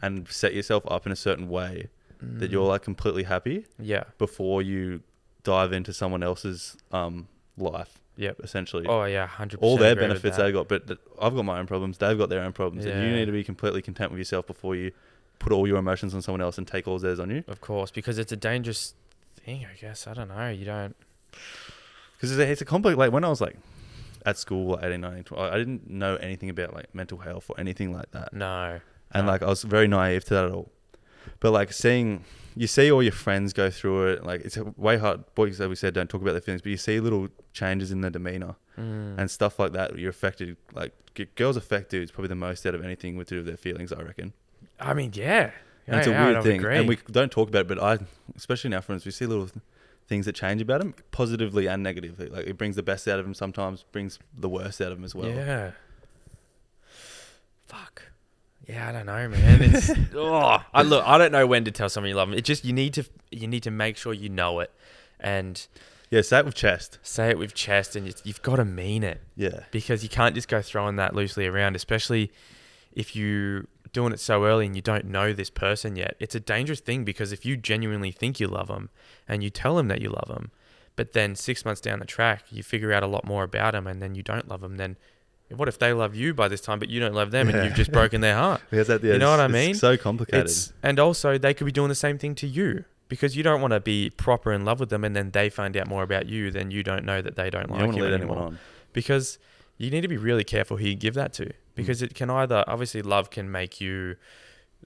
Speaker 1: and set yourself up in a certain way that you're like completely happy
Speaker 2: Mm. yeah.
Speaker 1: before you dive into someone else's um life.
Speaker 2: Yep.
Speaker 1: Essentially,
Speaker 2: Oh yeah, hundred percent.
Speaker 1: all their benefits they've got, but th- I've got my own problems. They've got their own problems, and you
Speaker 2: Yeah.
Speaker 1: need to be completely content with yourself before you put all your emotions on someone else and take all theirs on you.
Speaker 2: Of course, because it's a dangerous thing, I guess. I don't know. You don't.
Speaker 1: because it's a, it's a complex like when i was like at school like 18 19 20, i didn't know anything about like mental health or anything like that
Speaker 2: No.
Speaker 1: and
Speaker 2: no.
Speaker 1: like i was very naive to that at all but like seeing you see all your friends go through it like it's way hard boys that we said don't talk about their feelings but you see little changes in their demeanor
Speaker 2: Mm.
Speaker 1: and stuff like that you're affected like g- girls affect dudes probably the most out of anything with do with their feelings i reckon
Speaker 2: I mean, yeah.
Speaker 1: and it's a
Speaker 2: Yeah, I
Speaker 1: weird
Speaker 2: would
Speaker 1: thing
Speaker 2: agree.
Speaker 1: and we don't talk about it but i especially in our friends we see little th- things that change about them positively and negatively like it brings the best out of them sometimes brings the worst out of them as well
Speaker 2: Yeah. Fuck. Yeah, I don't know, man. It's oh, I look. I don't know when to tell someone you love them. It just you need to you need to make sure you know it, and
Speaker 1: yeah say it with chest
Speaker 2: say it with chest, and you, you've got to mean it.
Speaker 1: yeah
Speaker 2: because you can't just go throwing that loosely around, especially if you doing it so early and you don't know this person yet. It's a dangerous thing because if you genuinely think you love them and you tell them that you love them, but then six months down the track you figure out a lot more about them and then you don't love them, then what if they love you by this time but you don't love them and
Speaker 1: Yeah.
Speaker 2: you've just broken their heart?
Speaker 1: because that,
Speaker 2: You know
Speaker 1: it's-
Speaker 2: what I
Speaker 1: it's
Speaker 2: mean?
Speaker 1: so complicated
Speaker 2: It's, and also they could be doing the same thing to you because you don't want to be proper in love with them and then they find out more about you then you don't know that they don't
Speaker 1: you
Speaker 2: like
Speaker 1: don't want to
Speaker 2: you
Speaker 1: lead
Speaker 2: anymore
Speaker 1: anyone on
Speaker 2: because you need to be really careful who you give that
Speaker 1: Mm.
Speaker 2: to because it can either obviously love can make you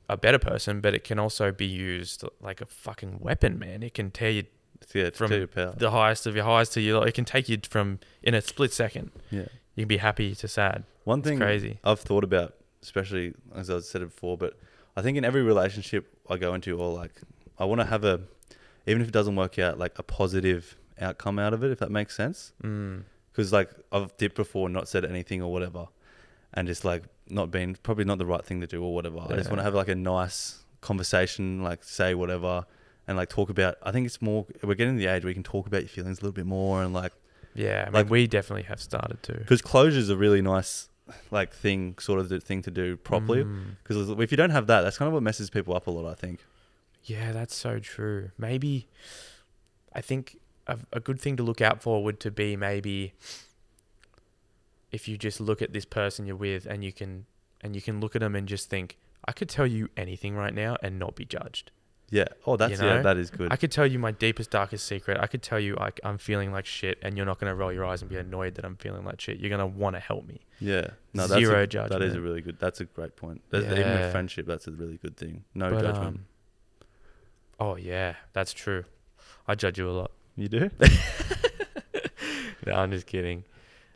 Speaker 2: a better person but it can also be used like a fucking weapon man it can tear you
Speaker 1: it's, yeah it's
Speaker 2: From
Speaker 1: too your power
Speaker 2: the highest of your highest to your it can take you from in a split second
Speaker 1: yeah
Speaker 2: you can be happy to sad
Speaker 1: one
Speaker 2: it's
Speaker 1: thing
Speaker 2: crazy
Speaker 1: I've thought about, especially as I said it before, but I think in every relationship I go into, or like I want to have a, even if it doesn't work out, like a positive outcome out of it, if that makes sense.
Speaker 2: mm.
Speaker 1: Because like I've dipped before, not said anything or whatever, and just like not been probably not the right thing to do or whatever. I just
Speaker 2: Yeah.
Speaker 1: want to have like a nice conversation, like say whatever, and like talk about. I think it's more we're getting to the age where you can talk about your feelings a little bit more and like
Speaker 2: yeah I mean,
Speaker 1: Like-
Speaker 2: we definitely have started to
Speaker 1: because closure's a really nice like thing sort of the thing to do
Speaker 2: Mm.
Speaker 1: properly because if you don't have that, that's kind of what messes people up a lot. I think.
Speaker 2: Yeah, that's so true. Maybe I think a, a good thing to look out for would to be maybe if you just look at this person you're with and you can and you can look at them and just think I could tell you anything right now and not be judged.
Speaker 1: Yeah. Oh, that's yeah.
Speaker 2: know?
Speaker 1: That is good.
Speaker 2: I could tell you my deepest darkest secret. I could tell you like I'm feeling like shit and you're not going to roll your eyes and be annoyed that I'm feeling like shit. You're going to want to help me.
Speaker 1: yeah. No, that's
Speaker 2: Zero
Speaker 1: a, That is a
Speaker 2: judgment.
Speaker 1: really good. That's a great point. That's, Even in
Speaker 2: Yeah.
Speaker 1: friendship, that's a really good thing. No
Speaker 2: But,
Speaker 1: judgment.
Speaker 2: um, oh yeah, that's true. I judge you a lot.
Speaker 1: you do?
Speaker 3: No, I'm just kidding.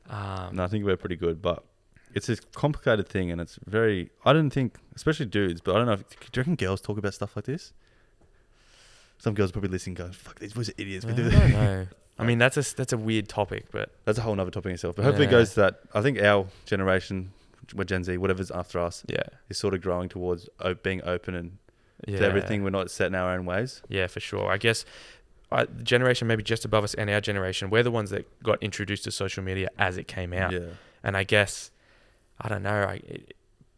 Speaker 2: Um
Speaker 1: No, I think we're pretty good, but it's a complicated thing, and it's very. I don't think, especially dudes, but I don't know. If, do you reckon girls talk about stuff like this? Some girls probably listen, and go, "Fuck, these boys are idiots." We
Speaker 3: I
Speaker 1: do
Speaker 3: don't
Speaker 1: that.
Speaker 3: know.
Speaker 2: I mean that's a s- that's a weird topic, but
Speaker 1: That's a whole other topic in itself. But hopefully, it
Speaker 3: Yeah.
Speaker 1: goes to that. I think our generation, we're Gen Z, whatever's after us,
Speaker 2: yeah.
Speaker 1: is sort of growing towards o- being open and
Speaker 2: Yeah.
Speaker 1: to everything. We're not set in our own ways.
Speaker 2: Yeah, for sure. I guess I, the generation maybe just above us and our generation, we're the ones that got introduced to social media as it came out. And I guess, I don't know, I, it,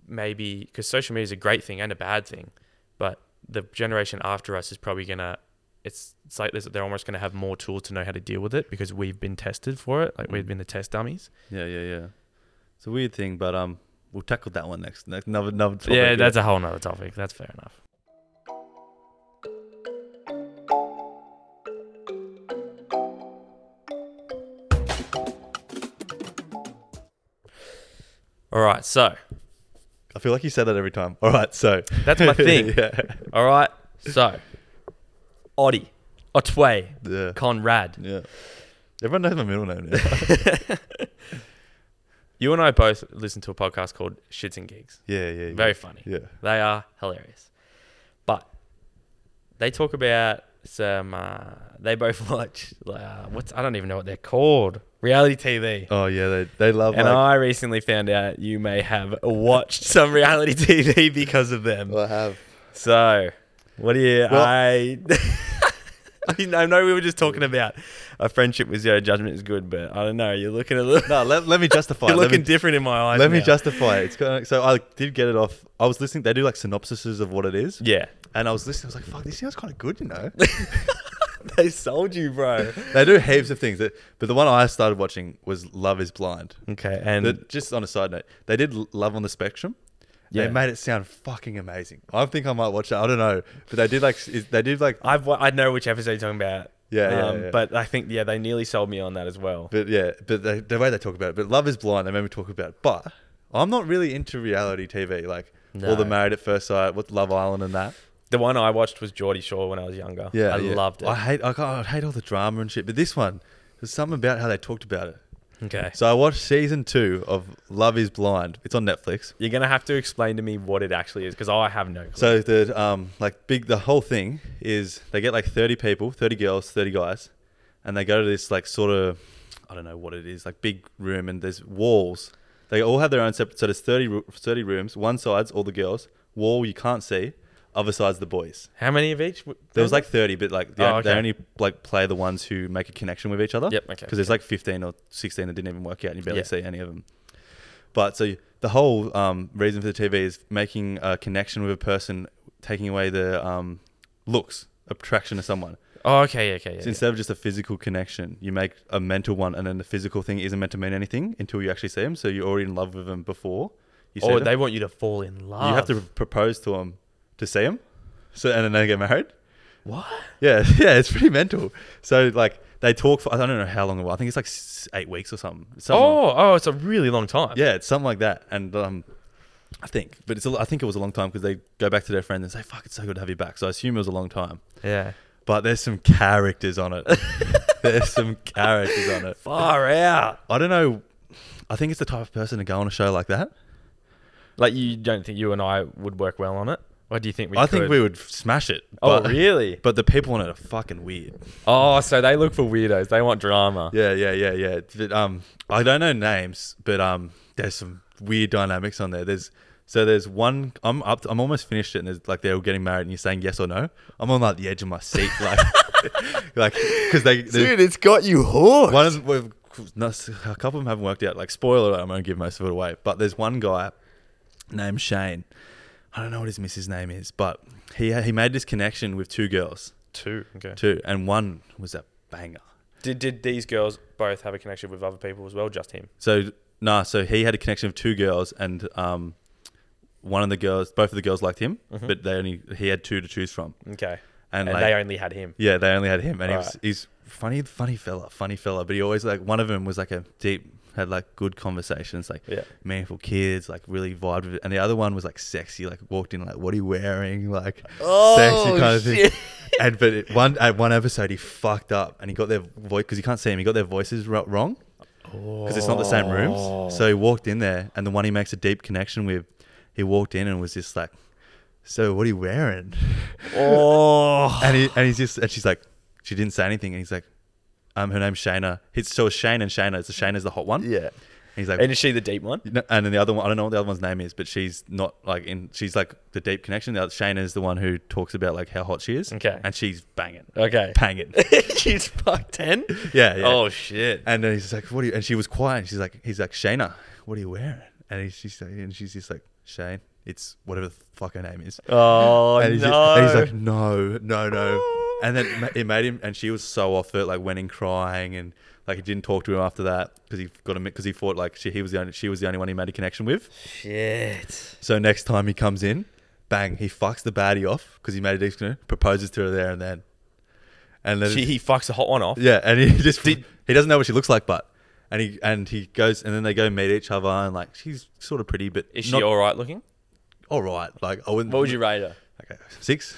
Speaker 2: maybe because social media is a great thing and a bad thing, but the generation after us is probably going to. It's, it's like this, they're almost going to have more tools to know how to deal with it because we've been tested for it. Like we've
Speaker 1: Mm.
Speaker 2: been the test dummies.
Speaker 1: yeah, yeah, yeah. It's a weird thing, but um, we'll tackle that one next. next another, another topic.
Speaker 2: yeah, that's a whole nother topic. That's fair enough. All right, so
Speaker 1: I feel like you said that every time. All right, so
Speaker 2: that's my thing.
Speaker 1: yeah.
Speaker 2: All right, so Oddie, Otway,
Speaker 1: yeah.
Speaker 2: Conrad.
Speaker 1: Yeah. Everyone knows my middle name now.
Speaker 2: You and I both listen to a podcast called Shits and Gigs.
Speaker 1: yeah, yeah, yeah.
Speaker 2: Very funny.
Speaker 1: Yeah.
Speaker 2: They are hilarious. But they talk about some. Uh, they both watch uh, what's I don't even know what they're called. Reality TV.
Speaker 1: Oh yeah, they they love
Speaker 2: and
Speaker 1: like,
Speaker 2: I recently found out you may have watched some reality TV because of them.
Speaker 1: I have.
Speaker 2: So, what do you?
Speaker 1: Well-
Speaker 2: I. I mean, I know we were just talking about a friendship with zero judgment is good, but I don't know. You're looking a little.
Speaker 1: No, let, let me justify.
Speaker 2: You're
Speaker 1: it. let
Speaker 2: looking
Speaker 1: me,
Speaker 2: different in my eyes.
Speaker 1: let me
Speaker 2: now.
Speaker 1: justify it. It's kind of, so I did get it off. I was listening. They do like synopsises of what it is,
Speaker 2: Yeah.
Speaker 1: and I was listening. I was like, "Fuck, this sounds kind of good," you know.
Speaker 2: They sold you, bro.
Speaker 1: they do heaps of things, that, but the one I started watching was Love Is Blind.
Speaker 2: Okay, and
Speaker 1: And just on a side note, they did L- Love on the Spectrum.
Speaker 2: Yeah.
Speaker 1: They made it sound fucking amazing. I think I might watch that. I don't know, but they did like s- is- they did like
Speaker 2: I've wa- I know which episode you're talking about. Um,
Speaker 1: Yeah, yeah, yeah.
Speaker 2: But I think yeah, they nearly sold me on that as well.
Speaker 1: But yeah, but they, the way they talk about it, but Love is Blind, they made me talk about it. But I'm not really into reality TV, like all the
Speaker 2: No.
Speaker 1: Married at First Sight, what's Love Island and that.
Speaker 2: The one I watched was Geordie Shore when I was younger.
Speaker 1: Yeah,
Speaker 2: I
Speaker 1: yeah.
Speaker 2: loved it.
Speaker 1: I hate, I, can't- I hate all the drama and shit. But this one, there's something about how they talked about it.
Speaker 2: okay,
Speaker 1: So I watched season two of Love is Blind. It's on Netflix.
Speaker 2: you're gonna have to explain to me what it actually is because I have no clue.
Speaker 1: So the um like big the whole thing is they get like thirty people, thirty girls, thirty guys, and they go to this like sort of I don't know what it is like big room and there's walls. They all have their own separate. So there's 30, ru- 30 rooms. One side's all the girls. Wall you can't see. Other side's the boys.
Speaker 2: How many of each?
Speaker 1: There was like thirty, but like they,
Speaker 2: Oh,
Speaker 1: they
Speaker 2: okay.
Speaker 1: only like play the ones who make a connection with each other.
Speaker 2: Yep, okay,
Speaker 1: Because there's like fifteen or sixteen that didn't even work out, and you barely
Speaker 2: Yeah.
Speaker 1: see any of them. But so the whole um, reason for the TV is making a connection with a person, taking away the um, looks, attraction to someone.
Speaker 2: Oh, okay, okay, yeah.
Speaker 1: so instead of just a physical connection, you make a mental one, and then the physical thing isn't meant to mean anything until you actually see them. So you're already in love with them before Oh, you
Speaker 2: yeah.
Speaker 1: see
Speaker 2: Or
Speaker 1: them.
Speaker 2: they want you to fall in love.
Speaker 1: you have to propose to them to see them. So and then they get married.
Speaker 2: what?
Speaker 1: Yeah, yeah, it's pretty mental. So like they talk for I don't know how long it was. I think it's like s- eight weeks or something. Something like-
Speaker 2: Oh, oh, it's a really long time.
Speaker 1: yeah, it's something like that. And um, I think, but it's a, I think it was a long time because they go back to their friend and say, "Fuck, it's so good to have you back." So I assume it was a long time.
Speaker 2: yeah.
Speaker 1: But there's some characters on it. there's some characters on it.
Speaker 2: Far out.
Speaker 1: I don't know. I think it's the type of person to go on a show like that.
Speaker 2: Like you don't think you and I would work well on it? Or do you think we?
Speaker 1: I
Speaker 2: could?
Speaker 1: think we would smash it.
Speaker 2: Oh,
Speaker 1: but-
Speaker 2: really?
Speaker 1: But the people on it are fucking weird.
Speaker 2: Oh, so they look for weirdos. They want drama.
Speaker 1: Yeah, yeah, yeah, yeah. But, um, I don't know names, but um, there's some weird dynamics on there. There's so there's one. I'm up. I'm almost finished it, and there's like they're all getting married, and you're saying yes or no. I'm on like the edge of my seat, like, like because they. they-
Speaker 2: it's got you hooked.
Speaker 1: One of them, no, s- a couple of them haven't worked out. Like spoiler, alert, I won't give most of it away. But there's one guy named Shane. I don't know what his missus name is, but he he made this connection with two girls,
Speaker 2: Two. Okay.
Speaker 1: two, and one was a banger.
Speaker 2: Did did these girls both have a connection with other people as well? Just him.
Speaker 1: So nah, so he had a connection with two girls, and um, one of the girls, both of the girls liked him,
Speaker 2: Mhm.
Speaker 1: but they only he had two to choose from,
Speaker 2: Okay.
Speaker 1: and,
Speaker 2: And,
Speaker 1: like,
Speaker 2: they only had him.
Speaker 1: Yeah, they only had him, and he was,
Speaker 2: Alright.
Speaker 1: he's funny, funny fella, funny fella. But he always like one of them was like a deep, had like good conversations, like
Speaker 2: Yeah.
Speaker 1: meaningful kids, like really vibed with it. And the other one was like sexy, like walked in like, what are you wearing, like
Speaker 2: Oh,
Speaker 1: sexy kind of thing. And but it, one at one episode he fucked up, and he got their voice because you can't see him. He got their voices ro- wrong because it's not the same
Speaker 2: Oh.
Speaker 1: rooms. So he walked in there, and the one he makes a deep connection with, he walked in and was just like, "So what are you wearing?"
Speaker 3: Oh.
Speaker 1: and he, and he's just and she's like, she didn't say anything, and he's like, um, her name's Shayna. It's so it's Shane and Shayna. So Shayna's the hot one. And
Speaker 2: Yeah.
Speaker 1: he's like,
Speaker 2: And is she the deep one?
Speaker 1: "No," and then the other one, I don't know what the other one's name is, but she's not like in. She's like the deep connection. The other, Shayna's the one who talks about like how hot she is.
Speaker 2: Okay.
Speaker 1: and she's banging,
Speaker 2: Okay.
Speaker 1: banging.
Speaker 2: She's fuck ten.
Speaker 1: Yeah, yeah.
Speaker 2: Oh shit.
Speaker 1: And then he's like, "What?" Are you? And she was quiet. And she's like, "He's like Shayna, what are you wearing?" And he's she's like, and she's just like, "Shane, it's whatever the fuck her name is."
Speaker 2: Oh
Speaker 1: and he's,
Speaker 2: no.
Speaker 1: and he's like, no, no, no. And then ma- it made him, and she was so off it, like went in crying, and like he didn't talk to him after that because he got him because he thought like she he was the only she was the only one he made a connection with.
Speaker 2: shit.
Speaker 1: So next time he comes in, bang, he fucks the baddie off because he made a deep connection, proposes to her there and then, and then
Speaker 2: She, he fucks the hot one off.
Speaker 1: yeah, and he just he doesn't know what she looks like, but and he and he goes and then they go meet each other and like she's sort of pretty, but
Speaker 2: Is she
Speaker 1: not-
Speaker 2: all right looking?
Speaker 1: all right? Like I wouldn't.
Speaker 2: What would you rate her?
Speaker 1: Okay, six.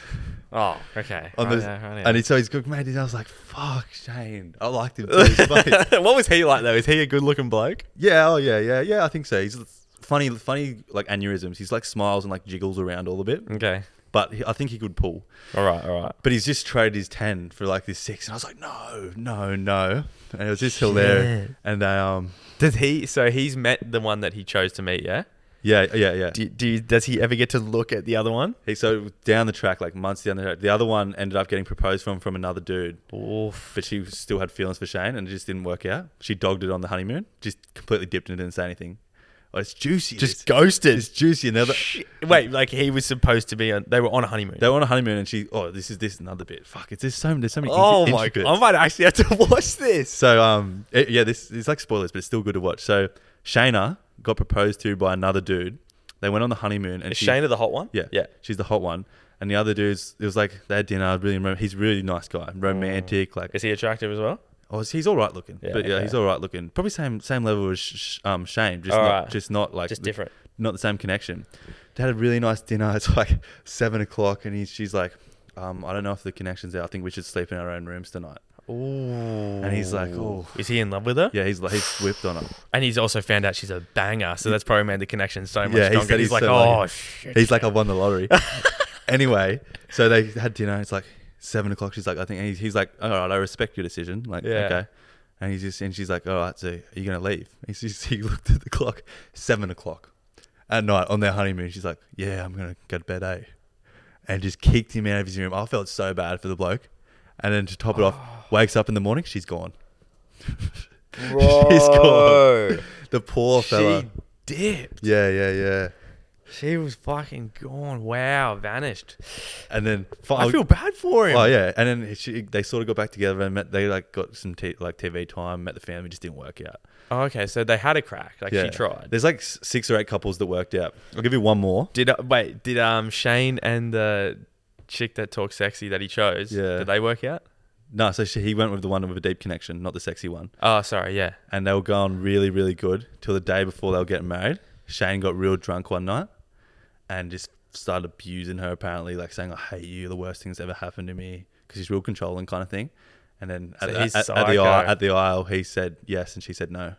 Speaker 2: Oh,
Speaker 3: Okay.
Speaker 1: on
Speaker 3: right
Speaker 1: the,
Speaker 3: now, right now.
Speaker 1: and he, so he's good mate. And I was like, "Fuck, Shane, I liked him." Too. He's funny.
Speaker 2: what was he like though? Is he a good-looking bloke?
Speaker 1: yeah, oh yeah, yeah, yeah. I think so. He's funny, funny like aneurysms. He's like smiles and like jiggles around all a bit,
Speaker 3: okay.
Speaker 1: but he, I think he could pull.
Speaker 2: All right, all right.
Speaker 1: But he's just traded his ten for like this six, and I was like, "No, no, no," and it was just hilarious.
Speaker 3: Shit.
Speaker 1: And they, um,
Speaker 2: Does he? So he's met the one that he chose to meet. Yeah.
Speaker 1: yeah, yeah, yeah.
Speaker 2: Do, do does he ever get to look at the other one?
Speaker 1: He so down the track, like months down the track, the other one ended up getting proposed from from another dude.
Speaker 2: Oof.
Speaker 1: But she still had feelings for Shane, and it just didn't work out. She dogged it on the honeymoon, just completely dipped in it, didn't say anything. Oh, it's juicy.
Speaker 2: Just
Speaker 1: Just
Speaker 2: ghosted.
Speaker 1: it's juicy. And the other,
Speaker 2: Shit. Wait, like he was supposed to be on. They were on a honeymoon.
Speaker 1: they were on a honeymoon, and she. Oh, this is this is another bit. Fuck. It's there's so many. There's so many.
Speaker 2: oh
Speaker 1: intricate-
Speaker 2: my god!
Speaker 1: intricate-
Speaker 2: I might actually have to watch this.
Speaker 1: So um, it- yeah, this it's like spoilers, but it's still good to watch. So Shayna got proposed to by another dude. They went on the honeymoon, and
Speaker 2: Is
Speaker 1: she,
Speaker 2: Shayna the hot one?
Speaker 1: Yeah,
Speaker 2: yeah.
Speaker 1: she's the hot one. And the other dudes, it was like they had dinner. Really, rom- he's a really nice guy, romantic. Like,
Speaker 2: Is he attractive as well?
Speaker 1: oh, he's all right looking.
Speaker 2: Yeah,
Speaker 1: but yeah,
Speaker 2: okay.
Speaker 1: he's all right looking. Probably same same level as Sh- Sh- um Shane, just
Speaker 2: All
Speaker 1: not,
Speaker 2: right.
Speaker 1: just not like
Speaker 2: Just
Speaker 1: the-
Speaker 2: different.
Speaker 1: not the same connection. They had a really nice dinner. It's like seven o'clock, and he's, she's like, um, I don't know if the connection's there. I think we should sleep in our own rooms tonight.
Speaker 2: Ooh.
Speaker 1: And he's like, oh.
Speaker 2: Is he in love with her?
Speaker 1: Yeah, he's like, he's whipped on her.
Speaker 2: And he's also found out she's a banger, so that's probably made the connection so much
Speaker 1: Yeah, he
Speaker 2: stronger.
Speaker 1: said
Speaker 2: he's,
Speaker 1: he's
Speaker 2: like,
Speaker 1: so
Speaker 2: oh
Speaker 1: lucky.
Speaker 2: shit.
Speaker 1: He's like, I won the lottery. anyway, so they had dinner. It's like seven o'clock. She's like, I think and he's, he's like, all right, I respect your decision. Like,
Speaker 2: Yeah.
Speaker 1: okay. And he's just and she's like, all right, so are you gonna leave? He's just, he looked at the clock, seven o'clock at night on their honeymoon. She's like, yeah, I'm gonna go to bed, eh? And just kicked him out of his room. I felt so bad for the bloke. And then to top it off, wakes up in the morning, she's gone. She's gone. The poor fella.
Speaker 2: She dipped.
Speaker 1: Yeah, yeah, yeah.
Speaker 2: She was fucking gone. Wow, vanished.
Speaker 1: And then
Speaker 2: I feel bad for him.
Speaker 1: Oh yeah, and then she, they sort of got back together and met, they like got some t- like TV time, met the family, just didn't work out.
Speaker 2: Oh, okay, so they had a crack. Like
Speaker 1: yeah.
Speaker 2: she tried.
Speaker 1: There's like s- six or eight couples that worked out. I'll give you one more.
Speaker 2: Did uh, wait? Did um Shane and the chick that talks sexy that he chose?
Speaker 1: Yeah.
Speaker 2: Did they work out?
Speaker 1: No, so she, he went with the one with a deep connection, not the sexy one,
Speaker 2: Oh, sorry. Yeah.
Speaker 1: and they were going really really good till the day before they were getting married. Shane got real drunk one night and just started abusing her apparently, like saying I hate you, the worst things ever happened to me, because he's real controlling kind of thing. And then at,
Speaker 2: So
Speaker 1: the-
Speaker 2: he's
Speaker 1: at- at the aisle,
Speaker 2: psycho.
Speaker 1: at the aisle, he said yes and she said no,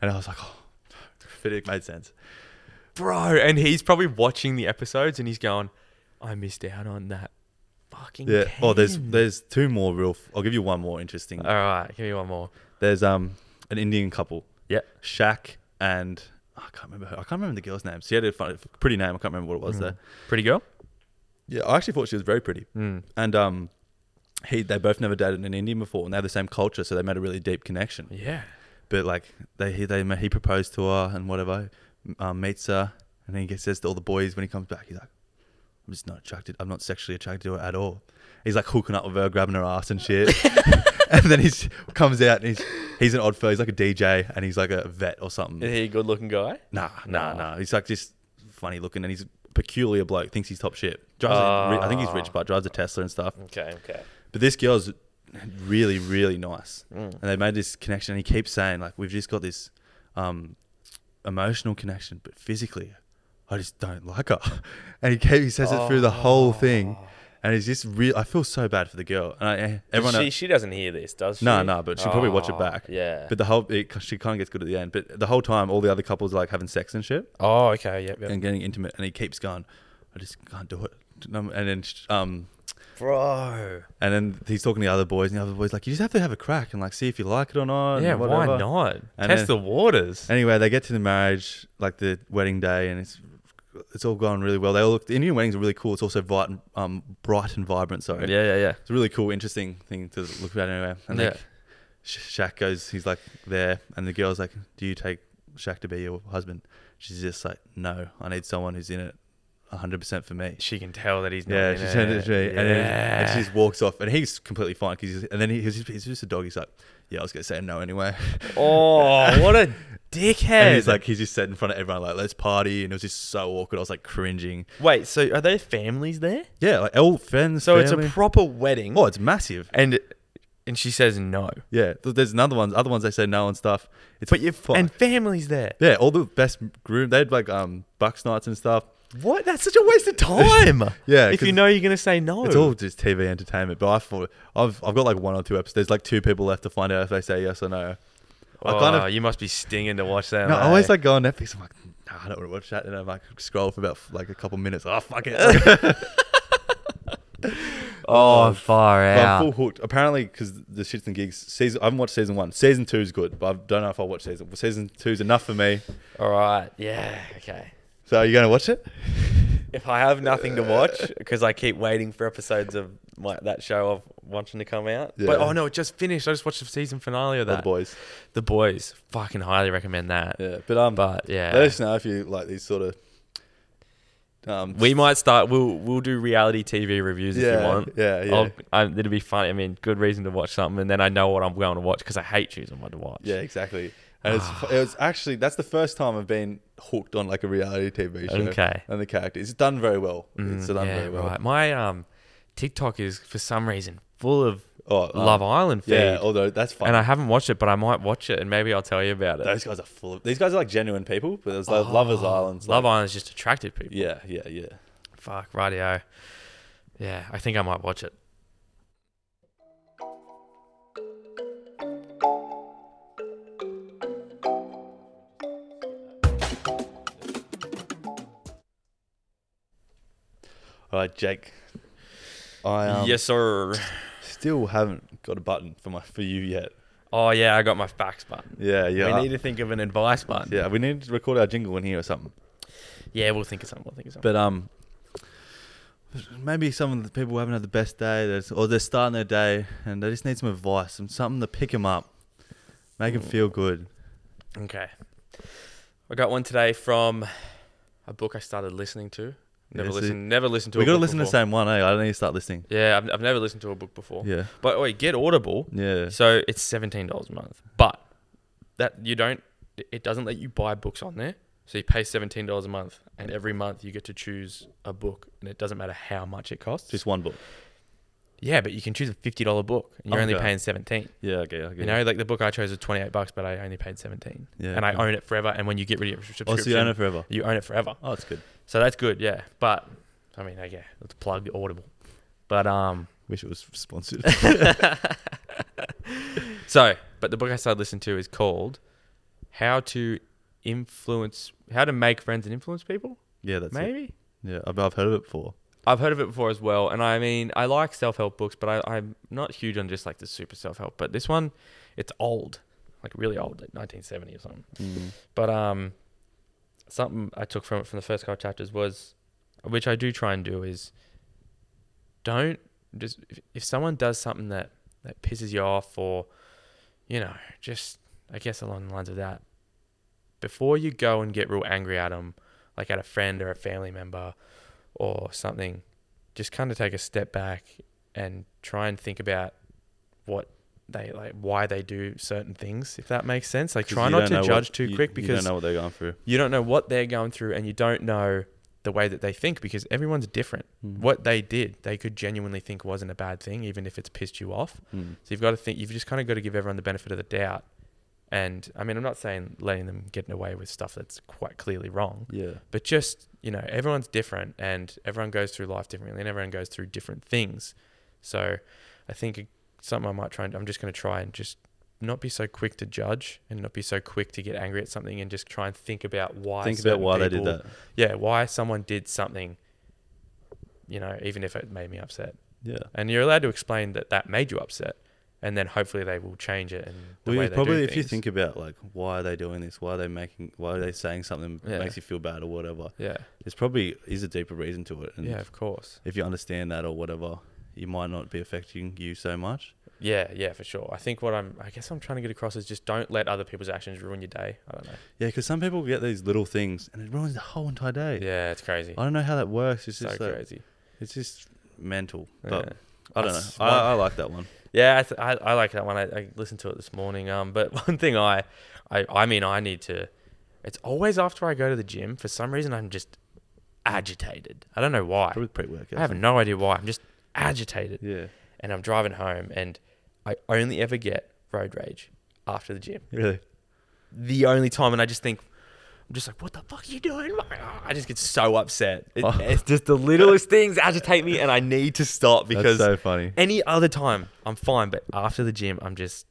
Speaker 1: and I was like, oh, but it made sense.
Speaker 2: Bro, and he's probably watching the episodes and he's going, I missed out on that. Fucking.
Speaker 1: Yeah. Oh, there's
Speaker 2: Ken."
Speaker 1: there's two more real. F- I'll give you one more interesting.
Speaker 2: All right, give me one more.
Speaker 1: There's um an Indian couple,
Speaker 2: Yep.
Speaker 1: Shaq and I can't remember. Her, I can't remember the girl's name. She had a fun, pretty name. I
Speaker 2: Mm.
Speaker 1: can't remember what it was though.
Speaker 2: Pretty girl.
Speaker 1: Yeah, I actually thought she was very pretty.
Speaker 2: Mm.
Speaker 1: And um, he they both never dated an Indian before, and they had the same culture, so they made a really deep connection.
Speaker 2: Yeah.
Speaker 1: But like they he they he proposed to her and whatever, um, meets her, and then he gets, says to all the boys when he comes back, he's like, I'm just not attracted. I'm not sexually attracted to her at all. He's like hooking up with her, grabbing her ass and shit. and then he comes out and he's he's an odd fellow. He's like a DJ and he's like a vet or something.
Speaker 2: Is he a good looking guy?
Speaker 1: Nah, nah,
Speaker 2: Nah.
Speaker 1: nah. He's like just funny looking and he's a peculiar bloke. Thinks he's top shit. Drives a- ri- I think he's rich,
Speaker 2: Ah.
Speaker 1: but drives a Tesla and stuff.
Speaker 2: Okay, okay.
Speaker 1: But this girl's really, really nice.
Speaker 2: Mm.
Speaker 1: And they made this connection. And he keeps saying, like, we've just got this um, emotional connection, but physically, I just don't like her. And he, kept, he says it through the whole thing.
Speaker 2: Oh.
Speaker 1: And it's just real. I feel so bad for the girl. And I, eh, everyone
Speaker 2: she,
Speaker 1: else,
Speaker 2: she doesn't hear this, does she?
Speaker 1: No, no, but she'll probably watch it
Speaker 2: Oh,
Speaker 1: back.
Speaker 2: Yeah.
Speaker 1: but the whole, it, she kind of gets good at the end. But the whole time, all the other couples are like having sex and shit
Speaker 2: oh, okay. Yep, yep.
Speaker 1: and getting intimate. And he keeps going, I just can't do it. And then, um,
Speaker 2: Bro.
Speaker 1: and then he's talking to the other boys, and the other boys like, you just have to have a crack and like see if you like it or not.
Speaker 2: Yeah,
Speaker 1: and
Speaker 2: why
Speaker 1: whatever."
Speaker 2: not?
Speaker 1: And
Speaker 2: Test
Speaker 1: then-
Speaker 2: the waters.
Speaker 1: Anyway, they get to the marriage, like the wedding day, and it's it's all gone really well. They all look the Indian weddings are really cool. It's also bright and, um, bright and vibrant. Sorry,
Speaker 2: yeah, yeah.
Speaker 1: it's a really cool, interesting thing to look at anyway. And
Speaker 2: Yeah.
Speaker 1: like Sh- Shaq goes, he's like there, and the girl's like, "Do you take Shaq to be your husband?" She's just like, "No, I need someone who's in it, hundred percent for me."
Speaker 2: She can tell that he's not.
Speaker 1: Yeah,
Speaker 2: in
Speaker 1: she turned it to me, and, then, and
Speaker 2: Yeah.
Speaker 1: she just walks off, and he's completely fine because and then he, he's, just, he's just a dog. He's like, "Yeah, I was gonna say no anyway."
Speaker 2: oh, what a dickhead.
Speaker 1: And he's like, he's just sat in front of everyone, like, let's party. And it was just so awkward. I was like cringing.
Speaker 2: wait, so are there families there?
Speaker 1: Yeah, like, El friends.
Speaker 2: So
Speaker 1: family.
Speaker 2: it's a proper wedding.
Speaker 1: Oh, it's massive.
Speaker 2: And and she says no.
Speaker 1: Yeah. th- There's another ones, other ones they say no and stuff. It's
Speaker 2: But you
Speaker 1: fucked.
Speaker 2: and family's there.
Speaker 1: Yeah, all the best groom. They had like um bucks nights and stuff.
Speaker 2: What? That's such a waste of time.
Speaker 1: Yeah,
Speaker 2: If
Speaker 1: 'cause
Speaker 2: you know you're gonna say no.
Speaker 1: It's all just TV entertainment. But I thought, I've, I've got like one or two episodes. There's like two people left to find out if they say yes or no. I kind
Speaker 2: Oh,
Speaker 1: of.
Speaker 2: you must be stinging to watch that.
Speaker 1: No, I
Speaker 2: eh?
Speaker 1: always like go on Netflix. I'm like, nah, I don't want to watch that. And I like scroll for about like a couple minutes. Oh, fuck it.
Speaker 3: Oh, far
Speaker 1: But
Speaker 3: out.
Speaker 1: I'm full hooked. Apparently, because the shits and gigs season, I haven't watched season one. Season two is good, but I don't know if I'll watch season. Well, season two is enough for me.
Speaker 2: All right. Yeah. Okay.
Speaker 1: So are you going to watch it?
Speaker 2: If I have nothing to watch, because I keep waiting for episodes of my, that show of watching to come out. But
Speaker 1: Yeah.
Speaker 2: oh no, it just finished. I just watched the season finale of
Speaker 1: Or
Speaker 2: that.
Speaker 1: the boys.
Speaker 2: The boys. Fucking highly recommend that.
Speaker 1: Yeah, but um,
Speaker 2: But yeah,
Speaker 1: let us know if you like these sort of. Um,
Speaker 2: we might start. We'll we'll do reality TV reviews if
Speaker 1: Yeah,
Speaker 2: you want.
Speaker 1: yeah, yeah.
Speaker 2: I'll, I, it'll be funny. I mean, good reason to watch something, and then I know what I'm going to watch because I hate choosing what to watch.
Speaker 1: yeah, exactly. And it's,
Speaker 2: Ah.
Speaker 1: it was actually that's the first time I've been hooked on like a reality TV show.
Speaker 2: Okay.
Speaker 1: And the characters, it's done very well. it's
Speaker 2: Mm,
Speaker 1: done
Speaker 2: yeah,
Speaker 1: very well.
Speaker 2: right. My um, TikTok is for some reason full of
Speaker 1: Oh, um,
Speaker 2: Love Island feed,
Speaker 1: Yeah, although that's fun.
Speaker 2: and I haven't watched it, but I might watch it, and maybe I'll tell you about it.
Speaker 1: Those guys are full of. These guys are like genuine people, but there's like lovers uh, islands.
Speaker 2: Oh, Love
Speaker 1: like,
Speaker 2: Island's just attracted people.
Speaker 1: Yeah, yeah, yeah.
Speaker 2: Fuck, radio. Yeah, I think I might watch it.
Speaker 1: All right, Jake. I um,
Speaker 2: sir.
Speaker 1: still haven't got a button for my for you yet.
Speaker 2: Oh yeah, I got my fax button.
Speaker 1: Yeah, yeah.
Speaker 2: We need to think of an advice button.
Speaker 1: yeah, we need to record our jingle in here or something.
Speaker 2: Yeah, we'll think of something. We'll think of something.
Speaker 1: But um, maybe some of the people haven't had the best day, that's- or they're starting their day and they just need some advice, some something to pick them up, make them feel good.
Speaker 2: Okay. I got one today from a book I started listening to. Never
Speaker 1: Yeah, so
Speaker 2: listened. Never listened to.
Speaker 1: We
Speaker 2: a
Speaker 1: got to
Speaker 2: book
Speaker 1: listen to the
Speaker 2: before.
Speaker 1: same one, eh? I don't need to start listening.
Speaker 2: Yeah, I've, I've never listened to a book before.
Speaker 1: Yeah,
Speaker 2: But wait, get Audible.
Speaker 1: yeah.
Speaker 2: So it's seventeen dollars a month, but that you don't. It doesn't let you buy books on there. So you pay seventeen dollars a month, and every month you get to choose a book, and it doesn't matter how much it costs.
Speaker 1: Just one book.
Speaker 2: yeah, but you can choose a fifty dollar book, and you're only
Speaker 1: Oh, Okay.
Speaker 2: paying seventeen.
Speaker 1: Yeah, okay, okay.
Speaker 2: You know, like the book I chose was twenty eight bucks, but I only paid seventeen,
Speaker 1: Yeah,
Speaker 2: and I
Speaker 1: okay.
Speaker 2: own it forever. And when you get rid of your subscription,
Speaker 1: Oh, so you own it forever.
Speaker 2: you own it forever.
Speaker 1: Oh, it's good.
Speaker 2: So that's good, yeah. But I mean, yeah, let's plug Audible. But um,
Speaker 1: Wish it was sponsored.
Speaker 2: so but the book I started listening to is called "How to Influence, How to Make Friends and Influence People."
Speaker 1: yeah, that's it.
Speaker 2: maybe
Speaker 1: Yeah, I've, I've heard of it before.
Speaker 2: I've heard of it before as well, and I mean, I like self help books, but I, I'm not huge on just like the super self help. But this one, it's old, like really old, like 1970 or something.
Speaker 1: Mm.
Speaker 2: But um, something I took from it from the first couple chapters was, which I do try and do, is don't just if, if someone does something that that pisses you off or you know just i guess along the lines of that before you go and get real angry at them like at a friend or a family member or something just kind of take a step back and try and think about what they like why they do certain things if that makes sense like
Speaker 1: 'Cause
Speaker 2: try
Speaker 1: you
Speaker 2: not
Speaker 1: don't
Speaker 2: to
Speaker 1: know what-
Speaker 2: judge too
Speaker 1: you-
Speaker 2: quick
Speaker 1: you
Speaker 2: because
Speaker 1: don't know what they're going through.
Speaker 2: you don't know what they're going through and you don't know the way that they think because everyone's different.
Speaker 1: Mm.
Speaker 2: What they did, they could genuinely think wasn't a bad thing, even if it's pissed you off.
Speaker 1: Mm.
Speaker 2: So you've got to think, you've just kind of got to give everyone the benefit of the doubt. And I mean, I'm not saying letting them get away with stuff that's quite clearly wrong,
Speaker 1: Yeah.
Speaker 2: but just, you know, everyone's different and everyone goes through life differently and everyone goes through different things. So I think something I might try and I'm just going to try and just not be so quick to judge and not be so quick to get angry at something and just try and think about why
Speaker 1: Think about
Speaker 2: certain
Speaker 1: why they did
Speaker 2: people-
Speaker 1: that.
Speaker 2: yeah, why someone did something, you know, even if it made me upset.
Speaker 1: Yeah.
Speaker 2: And you're allowed to explain that that made you upset, and then hopefully they will change it. And the
Speaker 1: Well,
Speaker 2: way
Speaker 1: you
Speaker 2: they
Speaker 1: probably
Speaker 2: do
Speaker 1: if you
Speaker 2: things.
Speaker 1: think about like why are they doing this, why are they making, why are they saying something that
Speaker 2: Yeah.
Speaker 1: makes you feel bad or whatever,
Speaker 2: yeah,
Speaker 1: there's probably is a deeper reason to it. And
Speaker 2: yeah, of course,
Speaker 1: if you understand that or whatever, it might not be affecting you so much.
Speaker 2: yeah, yeah, for sure. I think what I'm, I guess I'm trying to get across is just don't let other people's actions ruin your day. I don't know.
Speaker 1: Yeah, because some people get these little things and it ruins the whole entire day.
Speaker 2: Yeah, it's crazy.
Speaker 1: I don't know how that works. It's
Speaker 2: so
Speaker 1: just like,
Speaker 2: crazy.
Speaker 1: it's just mental.
Speaker 2: yeah.
Speaker 1: But I don't know.
Speaker 2: That's
Speaker 1: I,
Speaker 2: one-
Speaker 1: I like that one.
Speaker 2: Yeah, I, th- I, I like that one. I, I listened to it this morning. Um, but one thing I, I, I mean, I need to. It's always after I go to the gym. For some reason, I'm just agitated. I don't know why.
Speaker 1: Probably pre-workout.
Speaker 2: I have no idea why. I'm just agitated,
Speaker 1: Yeah.
Speaker 2: and I'm driving home, and I only ever get road rage after the gym.
Speaker 1: Really.
Speaker 2: The only time, and I just think. I'm just like, what the fuck are you doing? I just get so upset. It,
Speaker 1: Oh.
Speaker 2: It's just the littlest things agitate me, and I need to stop because
Speaker 1: That's so funny.
Speaker 2: any other time, I'm fine, but after the gym, I'm just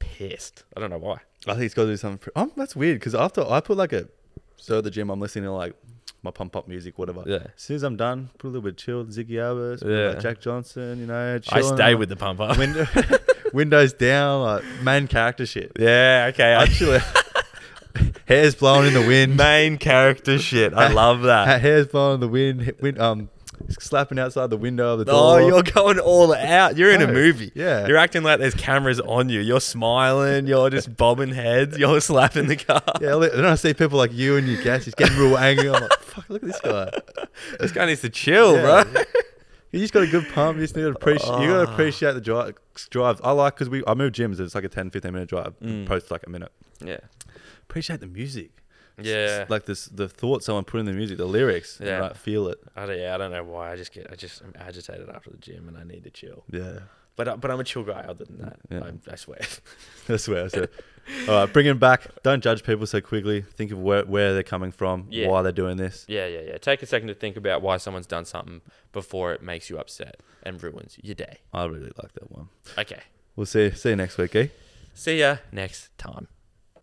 Speaker 2: pissed. I don't know why.
Speaker 1: I think it's got to do something. Pre- um, that's weird because after I put like a, so at the gym I'm listening to like my pump up music, whatever.
Speaker 2: Yeah.
Speaker 1: As soon as I'm done, put a little bit of chill, Ziggy Albers,
Speaker 2: Yeah.
Speaker 1: yeah. Jack Johnson, you know.
Speaker 2: I
Speaker 1: chilling,
Speaker 2: stay
Speaker 1: like,
Speaker 2: with the pump up.
Speaker 1: window, windows down, like main character shit.
Speaker 2: yeah, okay. I,
Speaker 1: Actually, hair's blowing in the wind.
Speaker 2: main character shit. I love
Speaker 1: Ha-
Speaker 2: that.
Speaker 1: Hair's blowing in the wind. hit- wind um, slapping outside the window of the
Speaker 2: Oh,
Speaker 1: door.
Speaker 2: you're going all out. You're in a
Speaker 1: No,
Speaker 2: movie.
Speaker 1: yeah.
Speaker 2: You're acting like there's cameras on you. You're smiling. You're just bobbing heads. You're slapping the car.
Speaker 1: yeah, li- then I see people like you and your guests just getting real angry. I'm like, fuck, look at this guy.
Speaker 2: This guy needs to chill,
Speaker 1: Yeah.
Speaker 2: bro.
Speaker 1: You just got a good pump. You just need to appreciate. You got
Speaker 2: Ah.
Speaker 1: to appreciate the drive, drives. I like because we I move gyms. It's like a 10, 15 minute drive.
Speaker 2: Mm.
Speaker 1: Post like a minute.
Speaker 2: Yeah.
Speaker 1: Appreciate the music. It's-
Speaker 2: Yeah.
Speaker 1: it's like this, the thought someone put in the music, the lyrics. Yeah.
Speaker 2: Yeah.
Speaker 1: And like feel it.
Speaker 2: I don't, yeah, I don't know why. I just get, I just, I'm agitated after the gym and I need to chill.
Speaker 1: Yeah.
Speaker 2: But, I- but I'm a chill guy other than that.
Speaker 1: Yeah.
Speaker 2: I'm- I swear.
Speaker 1: That's where I said. All right, bring him back. Don't judge people so quickly. Think of where, where they're coming from,
Speaker 2: Yeah.
Speaker 1: why they're doing this.
Speaker 2: Yeah, yeah, yeah. Take a second to think about why someone's done something before it makes you upset and ruins your day.
Speaker 1: I really like that one.
Speaker 2: Okay.
Speaker 1: We'll see. See you next week, eh?
Speaker 2: See ya next time.